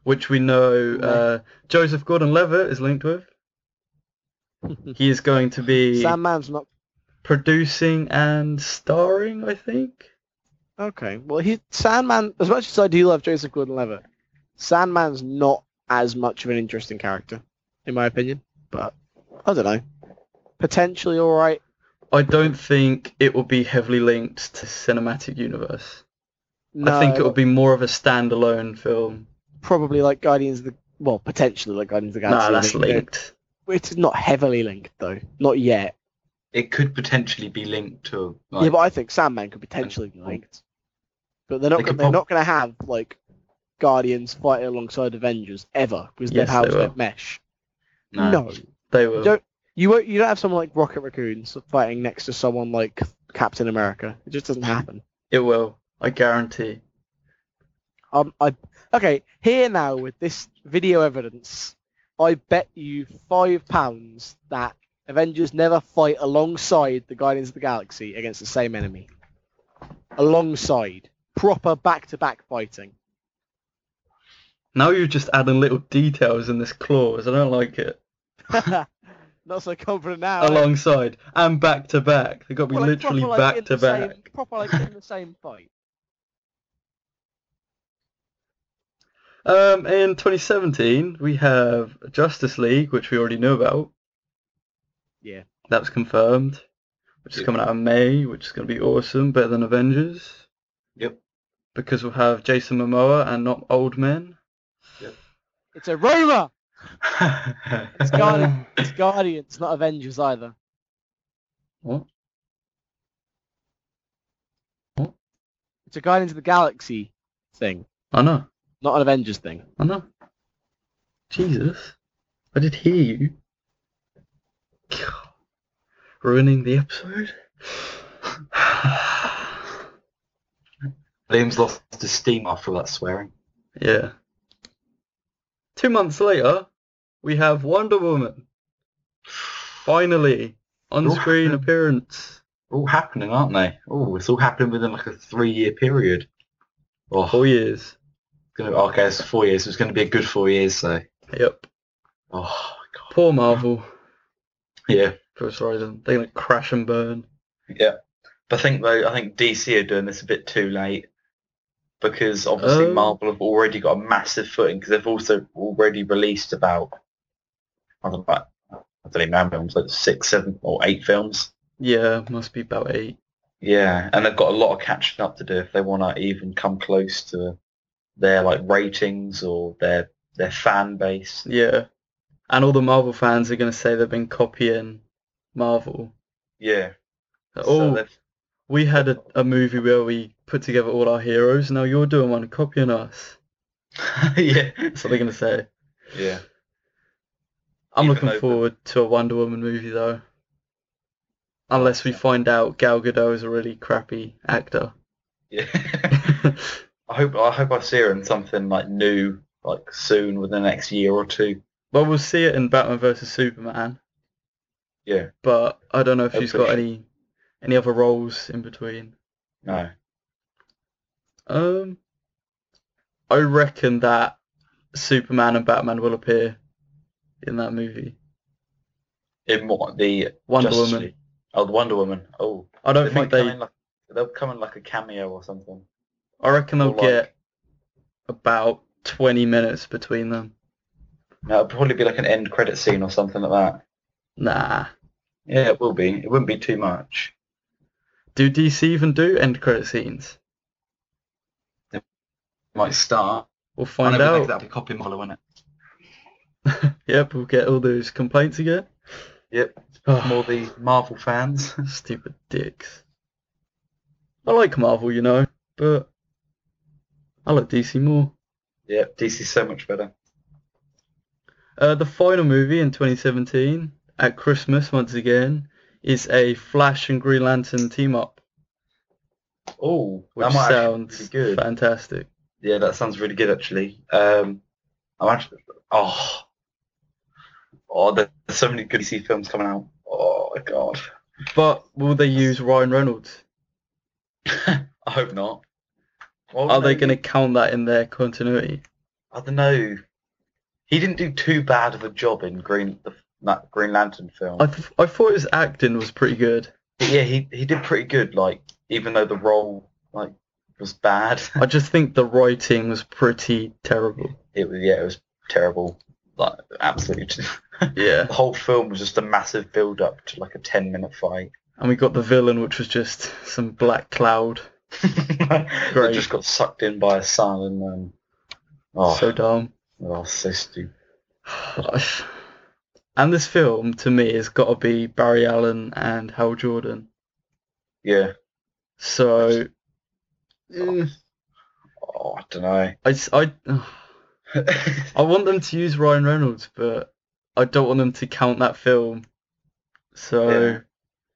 [SPEAKER 1] which we know uh, Joseph Gordon-Levitt is linked with. He is going to be
[SPEAKER 2] Sandman's not
[SPEAKER 1] producing and starring, I think.
[SPEAKER 2] okay. Well, he Sandman. As much as I do love Joseph Gordon-Levitt, Sandman's not as much of an interesting character, in my opinion. But I don't know. Potentially all right.
[SPEAKER 1] I don't think it will be heavily linked to cinematic universe.
[SPEAKER 2] No,
[SPEAKER 1] I think it will be more of a standalone film.
[SPEAKER 2] probably like Guardians of the well, potentially like Guardians of the Galaxy.
[SPEAKER 1] Nah, that's
[SPEAKER 2] linked.
[SPEAKER 1] linked.
[SPEAKER 2] It's not heavily linked though, not yet.
[SPEAKER 3] It could potentially be linked to. Like,
[SPEAKER 2] yeah, but I think Sandman could potentially be linked, but they're not.
[SPEAKER 3] They
[SPEAKER 2] gonna,
[SPEAKER 3] could
[SPEAKER 2] they're
[SPEAKER 3] prob-
[SPEAKER 2] not going to have like Guardians fighting alongside Avengers ever because
[SPEAKER 1] Yes, they
[SPEAKER 2] their powers
[SPEAKER 1] will.
[SPEAKER 2] don't mesh.
[SPEAKER 3] no.
[SPEAKER 2] no.
[SPEAKER 1] They
[SPEAKER 2] You
[SPEAKER 1] were.
[SPEAKER 2] don't you won't you don't have someone like Rocket Raccoons fighting next to someone like Captain America. It just doesn't happen.
[SPEAKER 1] It will. I guarantee.
[SPEAKER 2] Um, I okay here now with this video evidence. I bet you five pounds that Avengers never fight alongside the Guardians of the Galaxy against the same enemy. Alongside proper back-to-back fighting.
[SPEAKER 1] Now you're just adding little details in this clause. I don't like it.
[SPEAKER 2] Not so confident now. eh?
[SPEAKER 1] Alongside and back to back. They've got to be
[SPEAKER 2] Proper, like,
[SPEAKER 1] literally
[SPEAKER 2] proper, like,
[SPEAKER 1] back
[SPEAKER 2] in
[SPEAKER 1] to
[SPEAKER 2] the same-
[SPEAKER 1] back.
[SPEAKER 2] Proper like in the same fight.
[SPEAKER 1] Um, in 2017, we have Justice League, which we already know about.
[SPEAKER 2] Yeah.
[SPEAKER 1] That's confirmed. Which is
[SPEAKER 3] Yeah.
[SPEAKER 1] coming out in May, which is going to be awesome. Better than Avengers.
[SPEAKER 3] Yep.
[SPEAKER 1] Because we'll have Jason Momoa and not old men.
[SPEAKER 2] It's a rumor.
[SPEAKER 3] it's
[SPEAKER 2] Guardians, it's Guardians, not Avengers either.
[SPEAKER 1] What?
[SPEAKER 2] It's a Guardians of the Galaxy thing,
[SPEAKER 1] I know.
[SPEAKER 2] not an Avengers thing.
[SPEAKER 1] I know. Jesus. I did hear you. God. Ruining the episode.
[SPEAKER 3] Liam's lost his steam after all that swearing.
[SPEAKER 1] yeah. Two months later, we have Wonder Woman. Finally, on screen appearance.
[SPEAKER 3] All happening, aren't they? Oh, it's all happening within like a three-year period. Oh,
[SPEAKER 1] Four years.
[SPEAKER 3] it's gonna, oh, okay, it's four years. It's going to be a good four years, so.
[SPEAKER 1] Yep.
[SPEAKER 3] Oh, God.
[SPEAKER 1] Poor Marvel.
[SPEAKER 3] Yeah,
[SPEAKER 1] For some reason. They're going to crash and burn.
[SPEAKER 3] yeah. But I think though, I think DC are doing this a bit too late because obviously
[SPEAKER 1] Um.
[SPEAKER 3] Marvel have already got a massive footing because they've also already released about I don't know, I don't even know how many films, like six, seven, or eight films.
[SPEAKER 1] Yeah, must be about eight.
[SPEAKER 3] Yeah, and they've got a lot of catching up to do if they want to even come close to their like ratings or their their fan base.
[SPEAKER 1] Yeah. And all the Marvel fans are going to say they've been copying Marvel.
[SPEAKER 3] Yeah.
[SPEAKER 1] Oh,
[SPEAKER 3] So they've-
[SPEAKER 1] we had a, a movie where we put together all our heroes. Now you're doing one, copying us.
[SPEAKER 3] yeah.
[SPEAKER 1] That's what they're going to say.
[SPEAKER 3] Yeah.
[SPEAKER 1] I'm
[SPEAKER 3] Even
[SPEAKER 1] looking
[SPEAKER 3] though the-
[SPEAKER 1] forward to a Wonder Woman movie, though. Unless we find out Gal Gadot is a really crappy actor.
[SPEAKER 3] Yeah. I hope I hope I see her in something like new like soon within the next year or two.
[SPEAKER 1] well, we'll see it in Batman vs Superman,
[SPEAKER 3] Yeah.
[SPEAKER 1] but I don't know if she's got
[SPEAKER 3] Hopefully.
[SPEAKER 1] any any other roles in between.
[SPEAKER 3] No.
[SPEAKER 1] Um, I reckon that Superman and Batman will appear in that movie.
[SPEAKER 3] In what the
[SPEAKER 1] Wonder
[SPEAKER 3] Justice
[SPEAKER 1] Woman.
[SPEAKER 3] League- Oh, the Wonder Woman. Oh.
[SPEAKER 1] I don't
[SPEAKER 3] They
[SPEAKER 1] think
[SPEAKER 3] might come
[SPEAKER 1] they.
[SPEAKER 3] in like, they'll come in like a cameo or something.
[SPEAKER 1] I reckon
[SPEAKER 3] Or
[SPEAKER 1] they'll
[SPEAKER 3] like,
[SPEAKER 1] get about 20 minutes between them.
[SPEAKER 3] no, it'll probably be like an end credit scene or something like that.
[SPEAKER 1] Nah.
[SPEAKER 3] Yeah, it will be. It wouldn't be too much.
[SPEAKER 1] Do DC even do end credit scenes?
[SPEAKER 3] Might start.
[SPEAKER 1] We'll find
[SPEAKER 3] I know,
[SPEAKER 1] out.
[SPEAKER 3] That'd be copy model, wouldn't it?
[SPEAKER 1] Yep, we'll get all those complaints again.
[SPEAKER 3] Yep.
[SPEAKER 1] Oh,
[SPEAKER 3] More the Marvel fans.
[SPEAKER 1] stupid dicks. I like Marvel, you know, but I like DC more.
[SPEAKER 3] yep. DC's so much better.
[SPEAKER 1] Uh, the final movie in 2017, at Christmas once again, is a Flash and Green Lantern team up,
[SPEAKER 3] Oh,
[SPEAKER 1] which
[SPEAKER 3] that might
[SPEAKER 1] sounds
[SPEAKER 3] actually be good.
[SPEAKER 1] fantastic.
[SPEAKER 3] Yeah, that sounds really good actually. Um, I'm actually. Oh. Oh, there's so many good DC films coming out. Oh my god.
[SPEAKER 1] But will they use Ryan Reynolds?
[SPEAKER 3] I hope not. Why would
[SPEAKER 1] Are they going to
[SPEAKER 3] use-
[SPEAKER 1] count that in their continuity?
[SPEAKER 3] I don't know. He didn't do too bad of a job in Green the that Green Lantern film.
[SPEAKER 1] I, th- I thought his acting was pretty good.
[SPEAKER 3] But yeah, he he did pretty good. Like even though the role like was bad,
[SPEAKER 1] I just think the writing was pretty terrible.
[SPEAKER 3] it was yeah it was terrible. Like absolutely, just-
[SPEAKER 1] Yeah.
[SPEAKER 3] the whole film was just a massive build up to like a ten minute fight.
[SPEAKER 1] And we got the villain, which was just some black cloud.
[SPEAKER 3] They
[SPEAKER 1] Great.
[SPEAKER 3] just got sucked in by a sun and um, Oh,
[SPEAKER 1] So dumb.
[SPEAKER 3] oh, so stupid.
[SPEAKER 1] And this film, to me, has got to be Barry Allen and Hal Jordan.
[SPEAKER 3] Yeah.
[SPEAKER 1] So, eh,
[SPEAKER 3] Oh, I don't know.
[SPEAKER 1] I, s- I, I want them to use Ryan Reynolds, but I don't want them to count that film. So,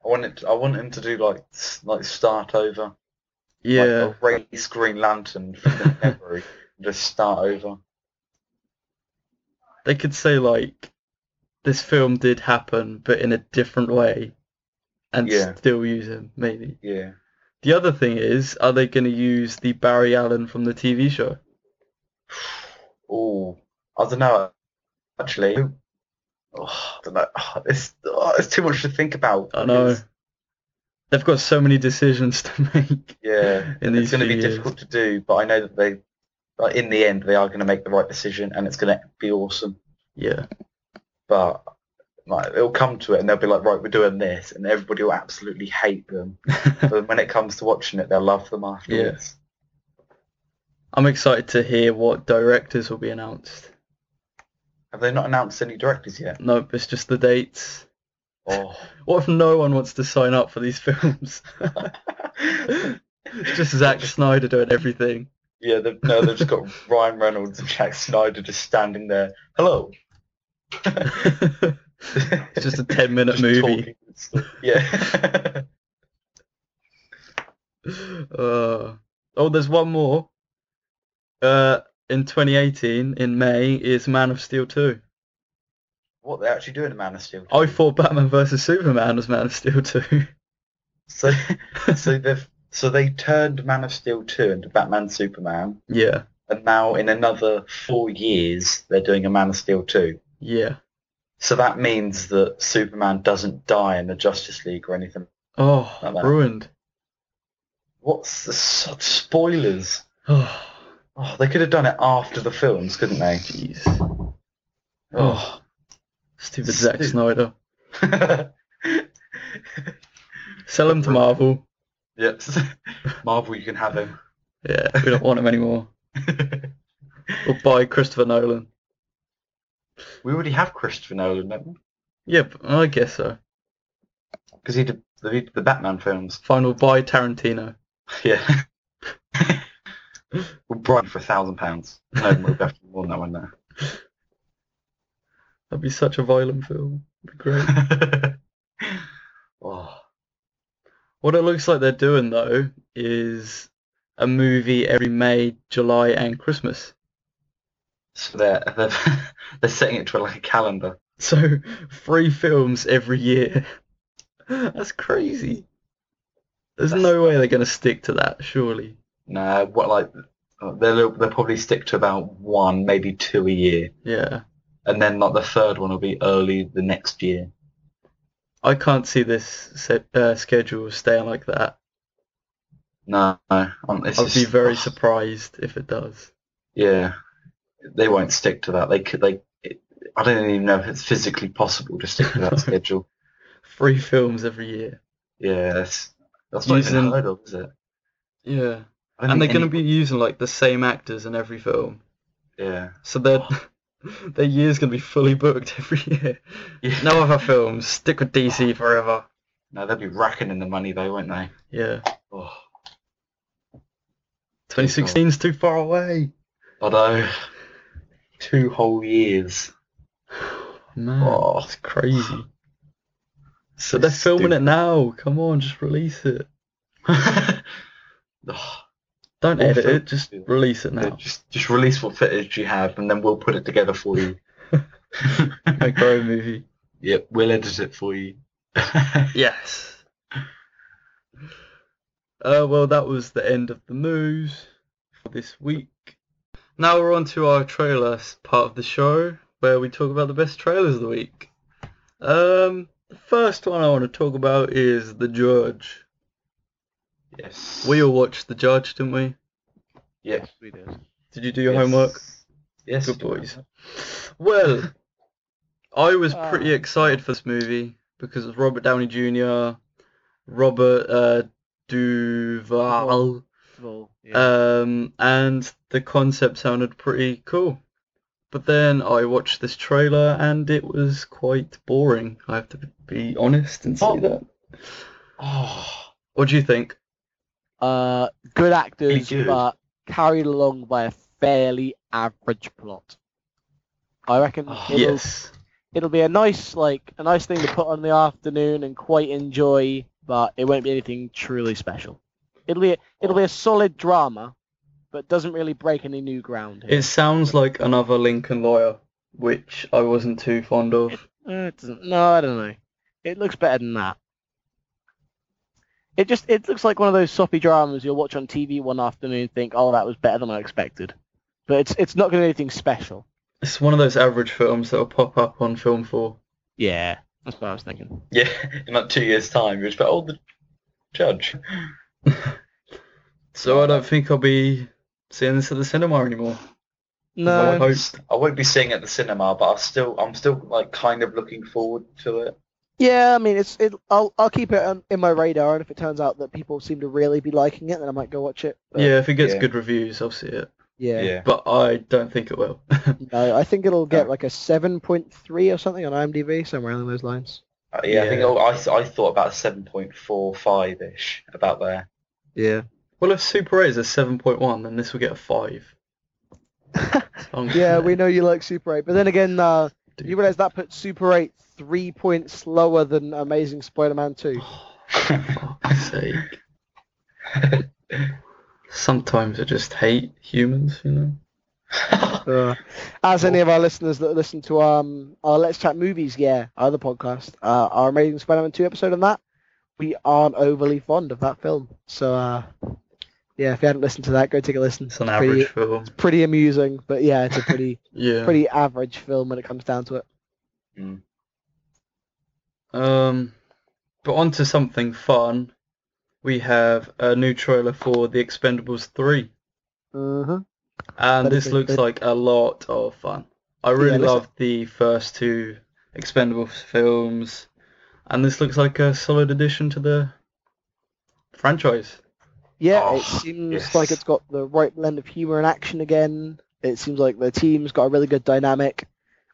[SPEAKER 3] I want it. I want him to do like s- like start over.
[SPEAKER 1] yeah.
[SPEAKER 3] Like, erase Green Lantern from memory. and just start over.
[SPEAKER 1] they could say like this film did happen but in a different way and
[SPEAKER 3] Yeah.
[SPEAKER 1] still use him maybe
[SPEAKER 3] Yeah.
[SPEAKER 1] the other thing is are they going to use the barry allen from the tv show
[SPEAKER 3] Oh, I don't know. Actually, oh, I don't know. It's oh, it's too much to think about.
[SPEAKER 1] I know.
[SPEAKER 3] because,
[SPEAKER 1] they've got so many decisions to make
[SPEAKER 3] Yeah.
[SPEAKER 1] in these
[SPEAKER 3] It's going to
[SPEAKER 1] few
[SPEAKER 3] be
[SPEAKER 1] years.
[SPEAKER 3] difficult to do, but I know that they, like, in the end, they are going to make the right decision, and it's going to be awesome.
[SPEAKER 1] yeah
[SPEAKER 3] But like, it'll come to it, and they'll be like, right, we're doing this, and everybody will absolutely hate them. but when it comes to watching it, they'll love them afterwards.
[SPEAKER 1] i'm excited to hear what directors will be announced
[SPEAKER 3] Have they not announced any directors yet?
[SPEAKER 1] nope it's just the dates
[SPEAKER 3] Oh,
[SPEAKER 1] what if no one wants to sign up for these films it's just Zack snyder doing everything
[SPEAKER 3] yeah. They've, no, they've just got Ryan Reynolds and Jack Snyder just standing there. Hello.
[SPEAKER 1] It's just a 10 minute movie.
[SPEAKER 3] talking and stuff. Yeah.
[SPEAKER 1] Uh, oh, there's one more. Uh, in 2018, in May, is Man of Steel 2.
[SPEAKER 3] what they're actually doing in Man of Steel.
[SPEAKER 1] I thought Batman vs Superman was Man of Steel 2.
[SPEAKER 3] So, so they've so they turned Man of Steel two into Batman Superman,
[SPEAKER 1] yeah,
[SPEAKER 3] and now in another four years they're doing a Man of Steel two.
[SPEAKER 1] yeah.
[SPEAKER 3] So that means that Superman doesn't die in the Justice League or anything.
[SPEAKER 1] Oh,
[SPEAKER 3] Not bad.
[SPEAKER 1] ruined.
[SPEAKER 3] What's the such spoilers?
[SPEAKER 1] Oh,
[SPEAKER 3] Oh, they could have done it after the films, couldn't they?
[SPEAKER 1] jeez.
[SPEAKER 3] Oh.
[SPEAKER 1] Stupid Zack
[SPEAKER 3] Stupid.
[SPEAKER 1] Snyder. Sell him to Marvel.
[SPEAKER 3] yes. Marvel, you can have him.
[SPEAKER 1] Yeah, we don't want him anymore. We'll buy Christopher Nolan.
[SPEAKER 3] we already have Christopher Nolan, don't we?
[SPEAKER 1] Yep, I guess so.
[SPEAKER 3] Because he did the, he did the Batman films.
[SPEAKER 1] Fine, we'll buy Tarantino.
[SPEAKER 3] Yeah. we'll bribe him for a thousand pounds. No, we'll definitely more than that one there.
[SPEAKER 1] That'd be such a violent film. It'd be great.
[SPEAKER 3] oh,
[SPEAKER 1] What it looks like they're doing though is a movie every May, July, and Christmas.
[SPEAKER 3] so they're, they're they're setting it to like a calendar.
[SPEAKER 1] So three films every year. That's crazy. There's
[SPEAKER 3] That's-
[SPEAKER 1] no way they're gonna stick to that, surely.
[SPEAKER 3] Nah, what like they'll they'll probably stick to about one, maybe two a year,
[SPEAKER 1] Yeah,
[SPEAKER 3] and then like the third one will be early the next year.
[SPEAKER 1] I can't see this set, uh, schedule staying like that.
[SPEAKER 3] No, no, um, it's
[SPEAKER 1] I'd be
[SPEAKER 3] just-
[SPEAKER 1] very surprised if it does.
[SPEAKER 3] Yeah, they won't stick to that. They could. They. It, I don't even know if it's physically possible to stick to that schedule.
[SPEAKER 1] Three films every year.
[SPEAKER 3] Yeah, that's that's not
[SPEAKER 1] Using-
[SPEAKER 3] even heard of, is it?
[SPEAKER 1] Yeah,
[SPEAKER 3] I don't
[SPEAKER 1] and they're
[SPEAKER 3] think
[SPEAKER 1] gonna
[SPEAKER 3] any-
[SPEAKER 1] be using like the same actors in every film.
[SPEAKER 3] Yeah.
[SPEAKER 1] So their their year's gonna be fully booked every year.
[SPEAKER 3] yeah.
[SPEAKER 1] No other films. Stick with DC forever.
[SPEAKER 3] No, they'll be racking in the money though, won't they?
[SPEAKER 1] Yeah.
[SPEAKER 3] Oh,
[SPEAKER 1] 2016's too far away.
[SPEAKER 3] although two whole years.
[SPEAKER 1] Man,
[SPEAKER 3] Oh,
[SPEAKER 1] that's crazy.
[SPEAKER 3] So
[SPEAKER 1] But they're filming it now. Come on, just release it.
[SPEAKER 3] it.
[SPEAKER 1] Don't
[SPEAKER 3] Well,
[SPEAKER 1] edit
[SPEAKER 3] so-
[SPEAKER 1] it. Just release it now.
[SPEAKER 3] just just release what footage you have, and then we'll put it together for you.
[SPEAKER 1] Make our own movie.
[SPEAKER 3] yep, we'll edit it for you.
[SPEAKER 1] Yes. Uh, well, that was the end of the news for this week. Now we're on to our trailer s- part of the show, where we talk about the best trailers of the week. Um, the first one I want to talk about is The Judge.
[SPEAKER 3] yes.
[SPEAKER 1] We all watched The Judge, didn't we?
[SPEAKER 3] Yep.
[SPEAKER 2] we did.
[SPEAKER 1] Did you do your
[SPEAKER 3] Yes.
[SPEAKER 1] homework?
[SPEAKER 3] Yes.
[SPEAKER 1] Good boys. Well, I was pretty
[SPEAKER 2] Ah.
[SPEAKER 1] excited for this movie because it's Robert Downey Jr., Robert uh, Duval,
[SPEAKER 2] full.
[SPEAKER 4] Yeah.
[SPEAKER 1] Um, and the concept sounded pretty cool. But then I watched this trailer and it was quite boring. I have to be honest and say
[SPEAKER 3] Oh.
[SPEAKER 1] that.
[SPEAKER 3] Oh,
[SPEAKER 1] What do you think?
[SPEAKER 2] Uh, good actors,
[SPEAKER 3] Pretty good.
[SPEAKER 2] but carried along by a fairly average plot. I reckon
[SPEAKER 3] Oh,
[SPEAKER 2] it'll,
[SPEAKER 1] yes.
[SPEAKER 2] it'll be a nice like a nice thing to put on the afternoon and quite enjoy, but it won't be anything truly special. It'll be it'll be a solid drama, but doesn't really break any new ground. Here.
[SPEAKER 1] It sounds like another Lincoln Lawyer, which I wasn't too fond of.
[SPEAKER 2] Uh, it doesn't. No, I don't know. It looks better than that. It just it looks like one of those soppy dramas you'll watch on TV one afternoon and think, oh, that was better than I expected. But it's it's not going to be anything special.
[SPEAKER 1] It's one of those average films that'll pop up on Film 4.
[SPEAKER 2] Yeah, that's what I was thinking.
[SPEAKER 3] yeah. In like two years' time, you just be like, oh, the judge.
[SPEAKER 1] So I don't think I'll be seeing this at the cinema anymore. I would
[SPEAKER 2] No,
[SPEAKER 1] hope.
[SPEAKER 3] I won't be seeing it at the cinema, but I still, I'm still like kind of looking forward to it.
[SPEAKER 2] yeah, I mean it's it. I'll I'll keep it on, in my radar, and if it turns out that people seem to really be liking it, then I might go watch it. But,
[SPEAKER 1] Yeah, if it gets
[SPEAKER 3] yeah.
[SPEAKER 1] good reviews, I'll see it.
[SPEAKER 2] yeah.
[SPEAKER 1] But I don't think it will.
[SPEAKER 2] No, I think it'll get
[SPEAKER 3] Oh.
[SPEAKER 2] like a seven point three or something on IMDb, somewhere along those lines.
[SPEAKER 3] Uh, yeah, I think
[SPEAKER 1] Yeah.
[SPEAKER 3] I, I, I thought about 7.45 ish about there.
[SPEAKER 2] Yeah.
[SPEAKER 1] Well, if Super 8 is a 7.1, then this will get a 5. Um,
[SPEAKER 2] Yeah, we know you like Super 8, but then again, uh,
[SPEAKER 1] dude.
[SPEAKER 2] you realise that puts Super 8 three points lower than Amazing Spider-Man 2.
[SPEAKER 1] Fuck's sake. Sometimes I just hate humans, you know?
[SPEAKER 2] Uh, as any of our listeners that listen to um our Let's Chat Movies, yeah, our other podcast, uh, our Amazing Spider-Man 2 episode on that, we aren't overly fond of that film. So, uh, yeah, if you hadn't listened to that, go take a listen.
[SPEAKER 1] It's an
[SPEAKER 2] pretty,
[SPEAKER 1] average film.
[SPEAKER 2] Pretty amusing, but yeah, it's a pretty
[SPEAKER 1] Yeah.
[SPEAKER 2] pretty average film when it comes down to it.
[SPEAKER 1] Um, but on to something fun. We have a new trailer for The Expendables 3.
[SPEAKER 2] hmm
[SPEAKER 1] And
[SPEAKER 2] That is
[SPEAKER 1] this
[SPEAKER 2] really
[SPEAKER 1] looks
[SPEAKER 2] good.
[SPEAKER 1] like a lot of fun. I really
[SPEAKER 2] looks-
[SPEAKER 1] love the first two Expendables films, and this looks like a solid addition to the franchise.
[SPEAKER 2] Yeah,
[SPEAKER 3] Oh,
[SPEAKER 2] it seems
[SPEAKER 3] yes.
[SPEAKER 2] like it's got the right blend of humor and action again. It seems like the team's got a really good dynamic.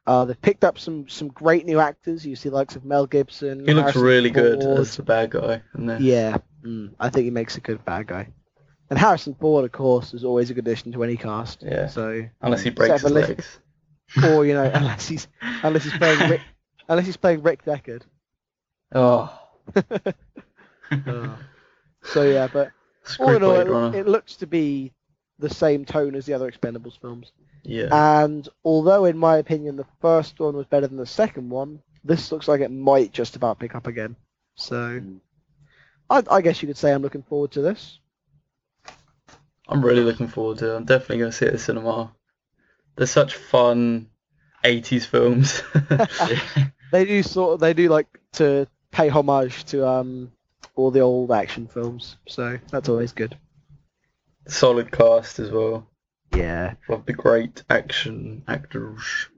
[SPEAKER 2] Uh, they've picked up some some great new actors. You see the likes of Mel Gibson.
[SPEAKER 1] He looks
[SPEAKER 2] Harrison
[SPEAKER 1] really good
[SPEAKER 2] Ford.
[SPEAKER 1] as the bad guy. And then,
[SPEAKER 2] Yeah, mm, I think he makes a good bad guy. And Harrison Ford, of course, is always a good addition to any cast.
[SPEAKER 1] Yeah.
[SPEAKER 2] So,
[SPEAKER 1] Unless he breaks his
[SPEAKER 2] Except for-
[SPEAKER 1] legs.
[SPEAKER 2] or you know, unless he's unless he's playing Rick, unless he's playing Rick Deckard.
[SPEAKER 1] Oh,
[SPEAKER 2] Uh, so yeah, but all
[SPEAKER 1] screw
[SPEAKER 2] in all,
[SPEAKER 1] Blade
[SPEAKER 2] it,
[SPEAKER 1] Runner.
[SPEAKER 2] it looks to be the same tone as the other Expendables films.
[SPEAKER 1] yeah.
[SPEAKER 2] And although, in my opinion, the first one was better than the second one, this looks like it might just about pick up again. So,
[SPEAKER 3] Mm.
[SPEAKER 2] I, I guess you could say I'm looking forward to this.
[SPEAKER 1] I'm really looking forward to it. I'm definitely going to see it at the cinema. They're such fun 80s films.
[SPEAKER 2] They do sort of, they do like to pay homage to um all the old action films, so that's always good.
[SPEAKER 1] Solid cast as well.
[SPEAKER 2] Yeah,
[SPEAKER 1] Love the great action actors.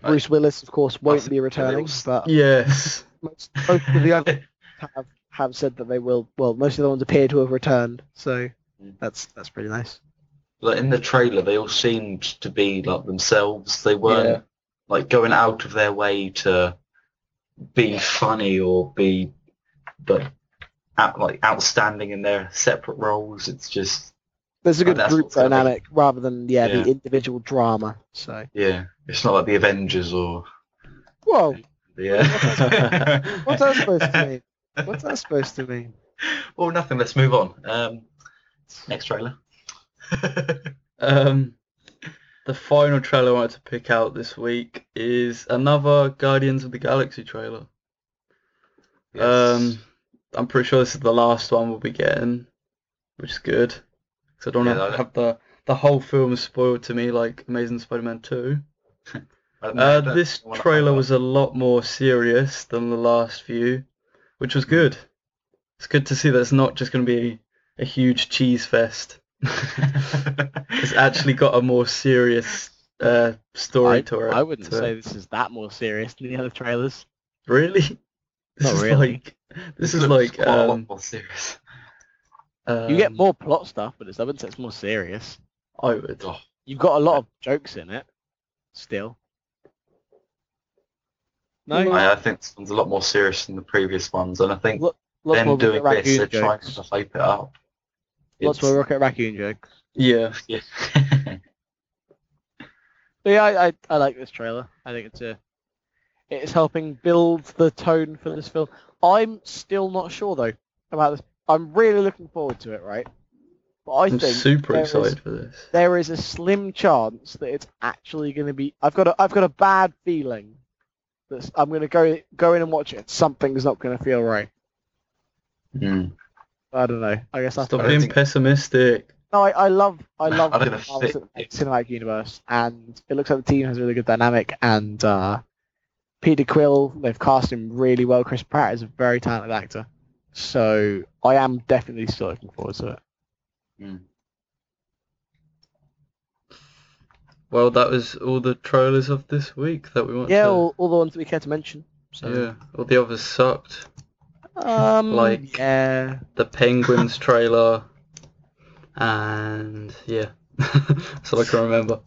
[SPEAKER 2] Bruce Willis, of course, won't
[SPEAKER 3] That's
[SPEAKER 2] be returning,
[SPEAKER 3] Willis.
[SPEAKER 2] but
[SPEAKER 1] Yes.
[SPEAKER 2] most, most of the others have have said that they will. Well, most of the ones appear to have returned, so
[SPEAKER 3] Mm.
[SPEAKER 2] that's that's pretty nice.
[SPEAKER 3] like in the trailer they all seemed to be like themselves they weren't
[SPEAKER 1] Yeah.
[SPEAKER 3] like going out of their way to be funny or be like out, like outstanding in their separate roles it's just
[SPEAKER 2] There's a
[SPEAKER 3] Oh,
[SPEAKER 2] good
[SPEAKER 3] that's
[SPEAKER 2] group
[SPEAKER 3] what's happening.
[SPEAKER 2] dynamic rather than yeah,
[SPEAKER 3] Yeah.
[SPEAKER 2] the individual drama. So
[SPEAKER 3] yeah it's not like the avengers or
[SPEAKER 2] whoa,
[SPEAKER 3] yeah
[SPEAKER 2] what's that supposed to mean? What's that supposed to mean?
[SPEAKER 3] well nothing let's move on um next trailer
[SPEAKER 1] Um, the final trailer I wanted to pick out this week is another Guardians of the Galaxy trailer. Um, I'm pretty sure this is the last one we'll be getting, which is good. Because I don't
[SPEAKER 3] Yeah,
[SPEAKER 1] want
[SPEAKER 3] that-
[SPEAKER 1] to have the, the whole film spoiled to me like Amazing Spider-Man 2.
[SPEAKER 3] I don't know,
[SPEAKER 1] Uh,
[SPEAKER 3] I don't
[SPEAKER 1] this
[SPEAKER 3] wanna-
[SPEAKER 1] trailer was a lot more serious than the last few, which was good. It's good to see that it's not just going to be a huge cheese fest. It's actually got a more serious uh, story to it.
[SPEAKER 4] I wouldn't
[SPEAKER 1] to it.
[SPEAKER 4] say this is that more serious than the other trailers.
[SPEAKER 1] Really? This
[SPEAKER 4] Not
[SPEAKER 1] is
[SPEAKER 4] really.
[SPEAKER 1] like this
[SPEAKER 3] It
[SPEAKER 1] is like
[SPEAKER 3] looks quite a lot
[SPEAKER 1] um,
[SPEAKER 3] more serious
[SPEAKER 1] Um,
[SPEAKER 4] You get more plot stuff, but it's I wouldn't say it's more serious.
[SPEAKER 1] I would.
[SPEAKER 3] Oh.
[SPEAKER 4] You've got a lot of jokes in it, still. No,
[SPEAKER 2] uh,
[SPEAKER 3] I, I think this one's a lot more serious than the previous ones, and I think
[SPEAKER 4] Look- lots
[SPEAKER 3] them
[SPEAKER 4] more
[SPEAKER 3] doing
[SPEAKER 4] Rocket
[SPEAKER 3] this, they're
[SPEAKER 4] Raccoon
[SPEAKER 3] trying
[SPEAKER 4] jokes.
[SPEAKER 3] to hype it up.
[SPEAKER 4] Lots more Rocket Raccoon jokes.
[SPEAKER 1] Yeah.
[SPEAKER 3] yeah.
[SPEAKER 4] But yeah, I, I, I like this trailer. I think it's a
[SPEAKER 2] It's helping build the tone for this film. I'm still not sure though about this. I'm really looking forward to it, right? But I
[SPEAKER 1] I'm
[SPEAKER 2] think
[SPEAKER 1] super
[SPEAKER 2] there is-
[SPEAKER 1] excited for this.
[SPEAKER 2] there is a slim chance that it's actually going to be. I've got a I've got a bad feeling that I'm going to go go in and watch it. Something's not going to feel right.
[SPEAKER 3] Mm.
[SPEAKER 2] I don't know. I guess I
[SPEAKER 1] Stop
[SPEAKER 3] don't
[SPEAKER 1] being
[SPEAKER 3] think-
[SPEAKER 1] pessimistic.
[SPEAKER 2] No, I, I love I love
[SPEAKER 3] I don't
[SPEAKER 2] the
[SPEAKER 3] know if
[SPEAKER 2] Marvel
[SPEAKER 3] it-
[SPEAKER 2] Cin- cinematic universe, and it looks like the team has a really good dynamic. And uh, Peter Quill, they've cast him really well. Chris Pratt is a very talented actor, so I am definitely still looking forward to it.
[SPEAKER 1] Well, that was all the trailers of this week that we wanted
[SPEAKER 2] Yeah,
[SPEAKER 1] to.
[SPEAKER 2] all, all the ones that we care to mention. So
[SPEAKER 1] yeah. All the others sucked.
[SPEAKER 2] um,
[SPEAKER 1] Like-
[SPEAKER 2] yeah,
[SPEAKER 1] The Penguins trailer. And yeah, that's all I can remember.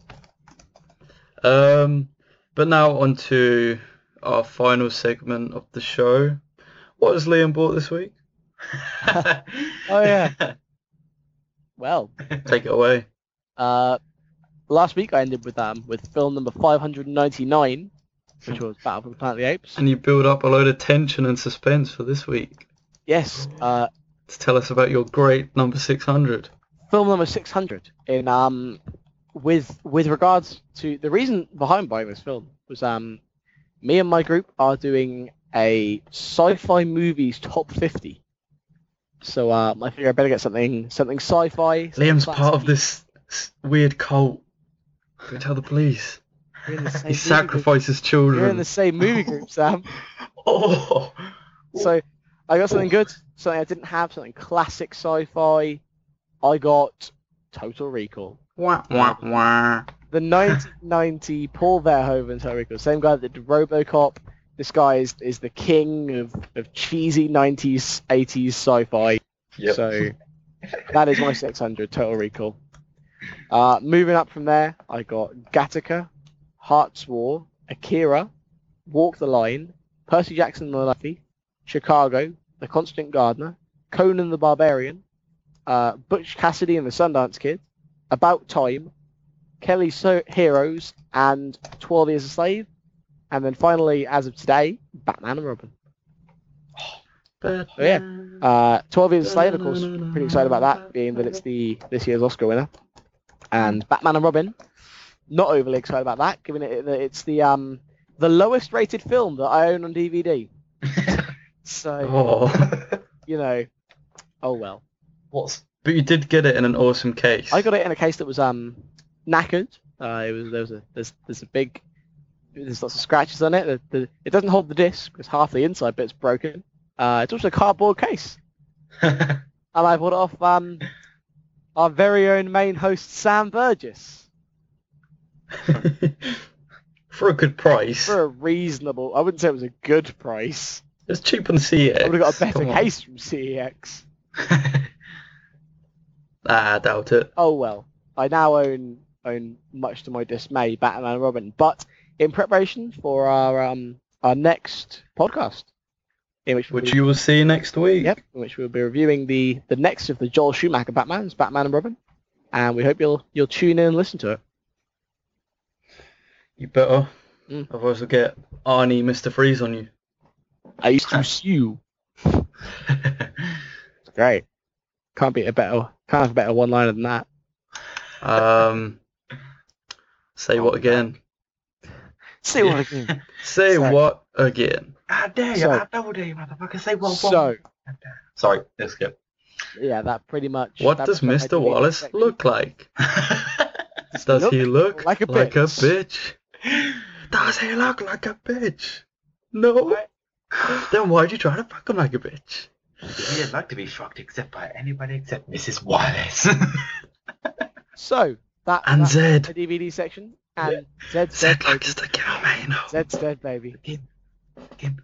[SPEAKER 1] Um, but now on to our final segment of the show. What has Liam bought this week?
[SPEAKER 2] Oh, yeah. well,
[SPEAKER 1] Take it away.
[SPEAKER 2] uh, last week I ended with um with film number 599, which was Battle for the Planet of the Apes.
[SPEAKER 1] And you build up a load of tension and suspense for this week
[SPEAKER 2] Yes, uh,
[SPEAKER 1] to tell us about your great number 600.
[SPEAKER 2] film number 600 in um with with regards to the reason behind buying this film was um me and my group are doing a sci-fi movies top 50 so um i figure i better get something something sci-fi something
[SPEAKER 1] Liam's part of
[SPEAKER 2] classic.
[SPEAKER 1] this s- weird cult. Go tell the police.
[SPEAKER 2] We're in the same
[SPEAKER 1] He
[SPEAKER 2] movie
[SPEAKER 1] sacrifices
[SPEAKER 2] group. we're in
[SPEAKER 1] children.
[SPEAKER 2] the same movie group sam
[SPEAKER 3] Oh.
[SPEAKER 2] so i got something good something i didn't have something classic sci-fi i got total recall
[SPEAKER 1] Wah, wah, wah.
[SPEAKER 2] the 1990 Paul Verhoeven Total Recall, same guy that did RoboCop. This guy is, is the king of, of cheesy 90s, 80s sci-fi.
[SPEAKER 3] Yep.
[SPEAKER 2] So that is my 600 Total Recall. Uh, moving up from there, I got Gattaca, Hearts War, Akira, Walk the Line, Percy Jackson and the Lucky, Chicago, The Constant Gardener, Conan the Barbarian, uh, Butch Cassidy and the Sundance Kid, About Time, Kelly's so- Heroes, and 12 Years a Slave. And then finally, as of today, Batman and Robin.
[SPEAKER 1] But
[SPEAKER 2] Oh, yeah. Uh, 12 Years a Slave, of course, pretty excited about that, being that it's the this year's Oscar winner. And Batman and Robin, not overly excited about that, given it that it's the um the lowest rated film that I own on DVD. So
[SPEAKER 1] Oh,
[SPEAKER 2] you know, oh well.
[SPEAKER 3] What's
[SPEAKER 1] but you did get it in an awesome case.
[SPEAKER 2] I got it in a case that was um knackered. Uh, it was there was a there's there's a big there's lots of scratches on it. The, the, it doesn't hold the disc because half the inside bit's broken. Uh, it's also a cardboard case, and I bought it off um our very own main host Sam Burgess.
[SPEAKER 1] for a good price.
[SPEAKER 2] for a reasonable. I wouldn't say it was a good price.
[SPEAKER 1] It's cheap on CX.
[SPEAKER 2] I would have got a better
[SPEAKER 1] Come on.
[SPEAKER 2] case from E CEX.
[SPEAKER 1] Ah, I doubt it.
[SPEAKER 2] Oh well, I now own own much to my dismay Batman and Robin. But in preparation for our um our next podcast, in which we'll
[SPEAKER 1] Which
[SPEAKER 2] be,
[SPEAKER 1] you will see next week.
[SPEAKER 2] yep, in which we'll be reviewing the the next of the Joel Schumacher Batman's Batman and Robin, and we hope you'll you'll tune in and listen to it.
[SPEAKER 1] You better.
[SPEAKER 2] Mm.
[SPEAKER 1] Otherwise, we'll get Arnie, Mr. Freeze on you.
[SPEAKER 2] I used to sue. It's great. Can't be a better can't have a better one liner than that.
[SPEAKER 1] Um, say what again?
[SPEAKER 2] See what again.
[SPEAKER 1] Say
[SPEAKER 2] So-
[SPEAKER 1] what again?
[SPEAKER 3] How dare you?
[SPEAKER 2] So-
[SPEAKER 3] How double dare you, motherfucker? Say well,
[SPEAKER 2] so.
[SPEAKER 3] Sorry, let's skip.
[SPEAKER 2] yeah, that pretty much.
[SPEAKER 1] What
[SPEAKER 2] that
[SPEAKER 1] does
[SPEAKER 2] pretty much
[SPEAKER 1] Mr.
[SPEAKER 2] made me
[SPEAKER 1] Wallace
[SPEAKER 2] expect-
[SPEAKER 1] look like? Does
[SPEAKER 2] look
[SPEAKER 1] he look
[SPEAKER 2] like a
[SPEAKER 1] bitch? Does he look like a bitch? No. Then why'd you try to fuck him like a bitch?
[SPEAKER 3] He didn't like to be fucked except by anybody except Mrs. Wallace.
[SPEAKER 2] So that
[SPEAKER 1] And
[SPEAKER 2] that's the
[SPEAKER 1] Zed.
[SPEAKER 2] DVD section and Zed's dead,
[SPEAKER 1] Zed
[SPEAKER 2] baby.
[SPEAKER 1] likes to kill me, no.
[SPEAKER 2] Zed's dead, baby.
[SPEAKER 3] Gimp.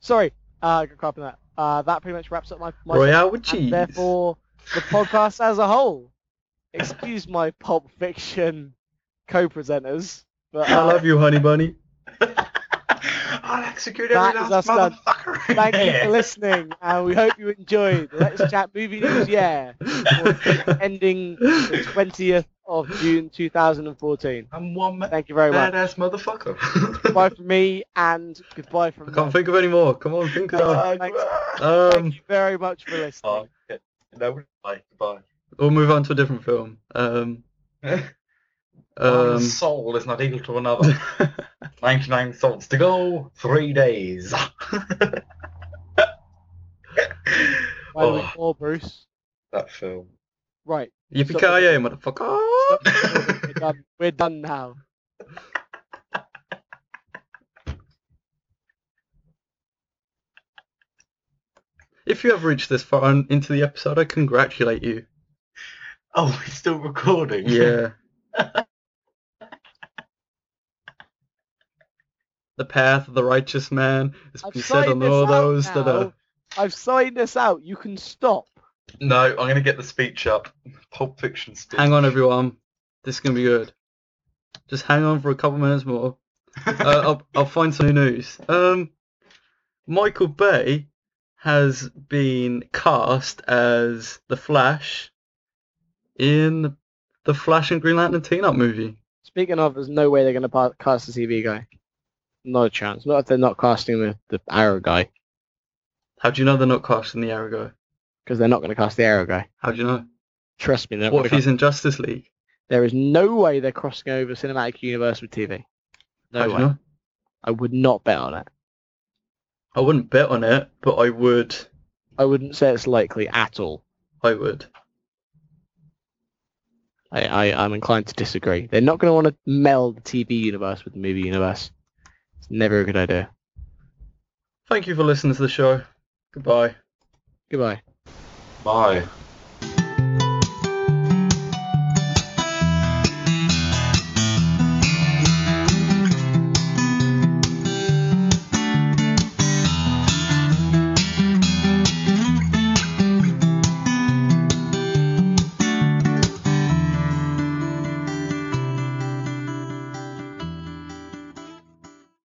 [SPEAKER 2] Sorry, uh, I got caught up in that. Uh, that pretty much wraps up my. my
[SPEAKER 1] Royale with
[SPEAKER 2] and
[SPEAKER 1] cheese.
[SPEAKER 2] Therefore, the podcast as a whole. Excuse my Pulp Fiction co-presenters, but
[SPEAKER 1] I
[SPEAKER 2] uh,
[SPEAKER 1] love you, honey bunny.
[SPEAKER 3] I'll execute
[SPEAKER 2] That
[SPEAKER 3] every
[SPEAKER 2] is
[SPEAKER 3] last
[SPEAKER 2] us done.
[SPEAKER 3] motherfucker.
[SPEAKER 2] thank you for listening, and we hope you enjoyed. Let's chat movie news. Yeah, ending the 20th of June 2014.
[SPEAKER 3] I'm one ma-
[SPEAKER 2] Thank you very much.
[SPEAKER 3] badass motherfucker.
[SPEAKER 2] Goodbye from me, and goodbye
[SPEAKER 1] I
[SPEAKER 2] from
[SPEAKER 1] can't
[SPEAKER 2] them.
[SPEAKER 1] think of any more. Come on, think of that.
[SPEAKER 2] Thanks.
[SPEAKER 1] Um,
[SPEAKER 2] Thank you very much for listening.
[SPEAKER 3] Oh, yeah. no, goodbye. Goodbye.
[SPEAKER 1] we'll move on to a different film. Um,
[SPEAKER 3] One
[SPEAKER 1] um,
[SPEAKER 3] soul is not equal to another. 99 souls to go. Three days.
[SPEAKER 2] By the way,
[SPEAKER 3] oh.
[SPEAKER 2] more Bruce.
[SPEAKER 3] that film.
[SPEAKER 2] Right.
[SPEAKER 1] yippee-ki-yay, motherfucker.
[SPEAKER 2] stop recording. We're done. We're done now.
[SPEAKER 1] If you have reached this far on into the episode, I congratulate you.
[SPEAKER 3] Oh, we're still recording.
[SPEAKER 1] Yeah. the path of the righteous man has
[SPEAKER 2] I've
[SPEAKER 1] been said on
[SPEAKER 2] signed this
[SPEAKER 1] all
[SPEAKER 2] out
[SPEAKER 1] those that
[SPEAKER 2] now.
[SPEAKER 1] are.
[SPEAKER 2] I've signed this out. You can stop.
[SPEAKER 3] No, I'm gonna get the speech up. Pulp Fiction speech.
[SPEAKER 1] Hang on, everyone. This is gonna be good. Just hang on for a couple minutes more. uh, I'll, I'll find some news. Um, Michael Bay has been cast as the Flash in the Flash and Green Lantern team-up movie.
[SPEAKER 2] Speaking of, there's no way they're going to cast the TV guy. Not a chance. Not if they're not casting the, the Arrow guy,
[SPEAKER 1] How do you know they're not casting the Arrow guy?
[SPEAKER 2] because they're not going to cast the Arrow guy.
[SPEAKER 1] How do you know?
[SPEAKER 2] Trust me, they're not
[SPEAKER 1] What if
[SPEAKER 2] gonna
[SPEAKER 1] he's in Justice League?
[SPEAKER 2] cast- there is no way they're crossing over cinematic universe with TV.
[SPEAKER 1] How
[SPEAKER 2] No
[SPEAKER 1] do you
[SPEAKER 2] way.
[SPEAKER 1] know?
[SPEAKER 2] I would not bet on it.
[SPEAKER 1] I wouldn't bet on it, but I would.
[SPEAKER 2] I wouldn't say it's likely at all.
[SPEAKER 1] I would.
[SPEAKER 2] I, I, I'm inclined to disagree. They're not going to want to meld the TV universe with the movie universe. It's never a good idea.
[SPEAKER 1] Thank you for listening to the show. Goodbye.
[SPEAKER 2] Goodbye.
[SPEAKER 3] Bye.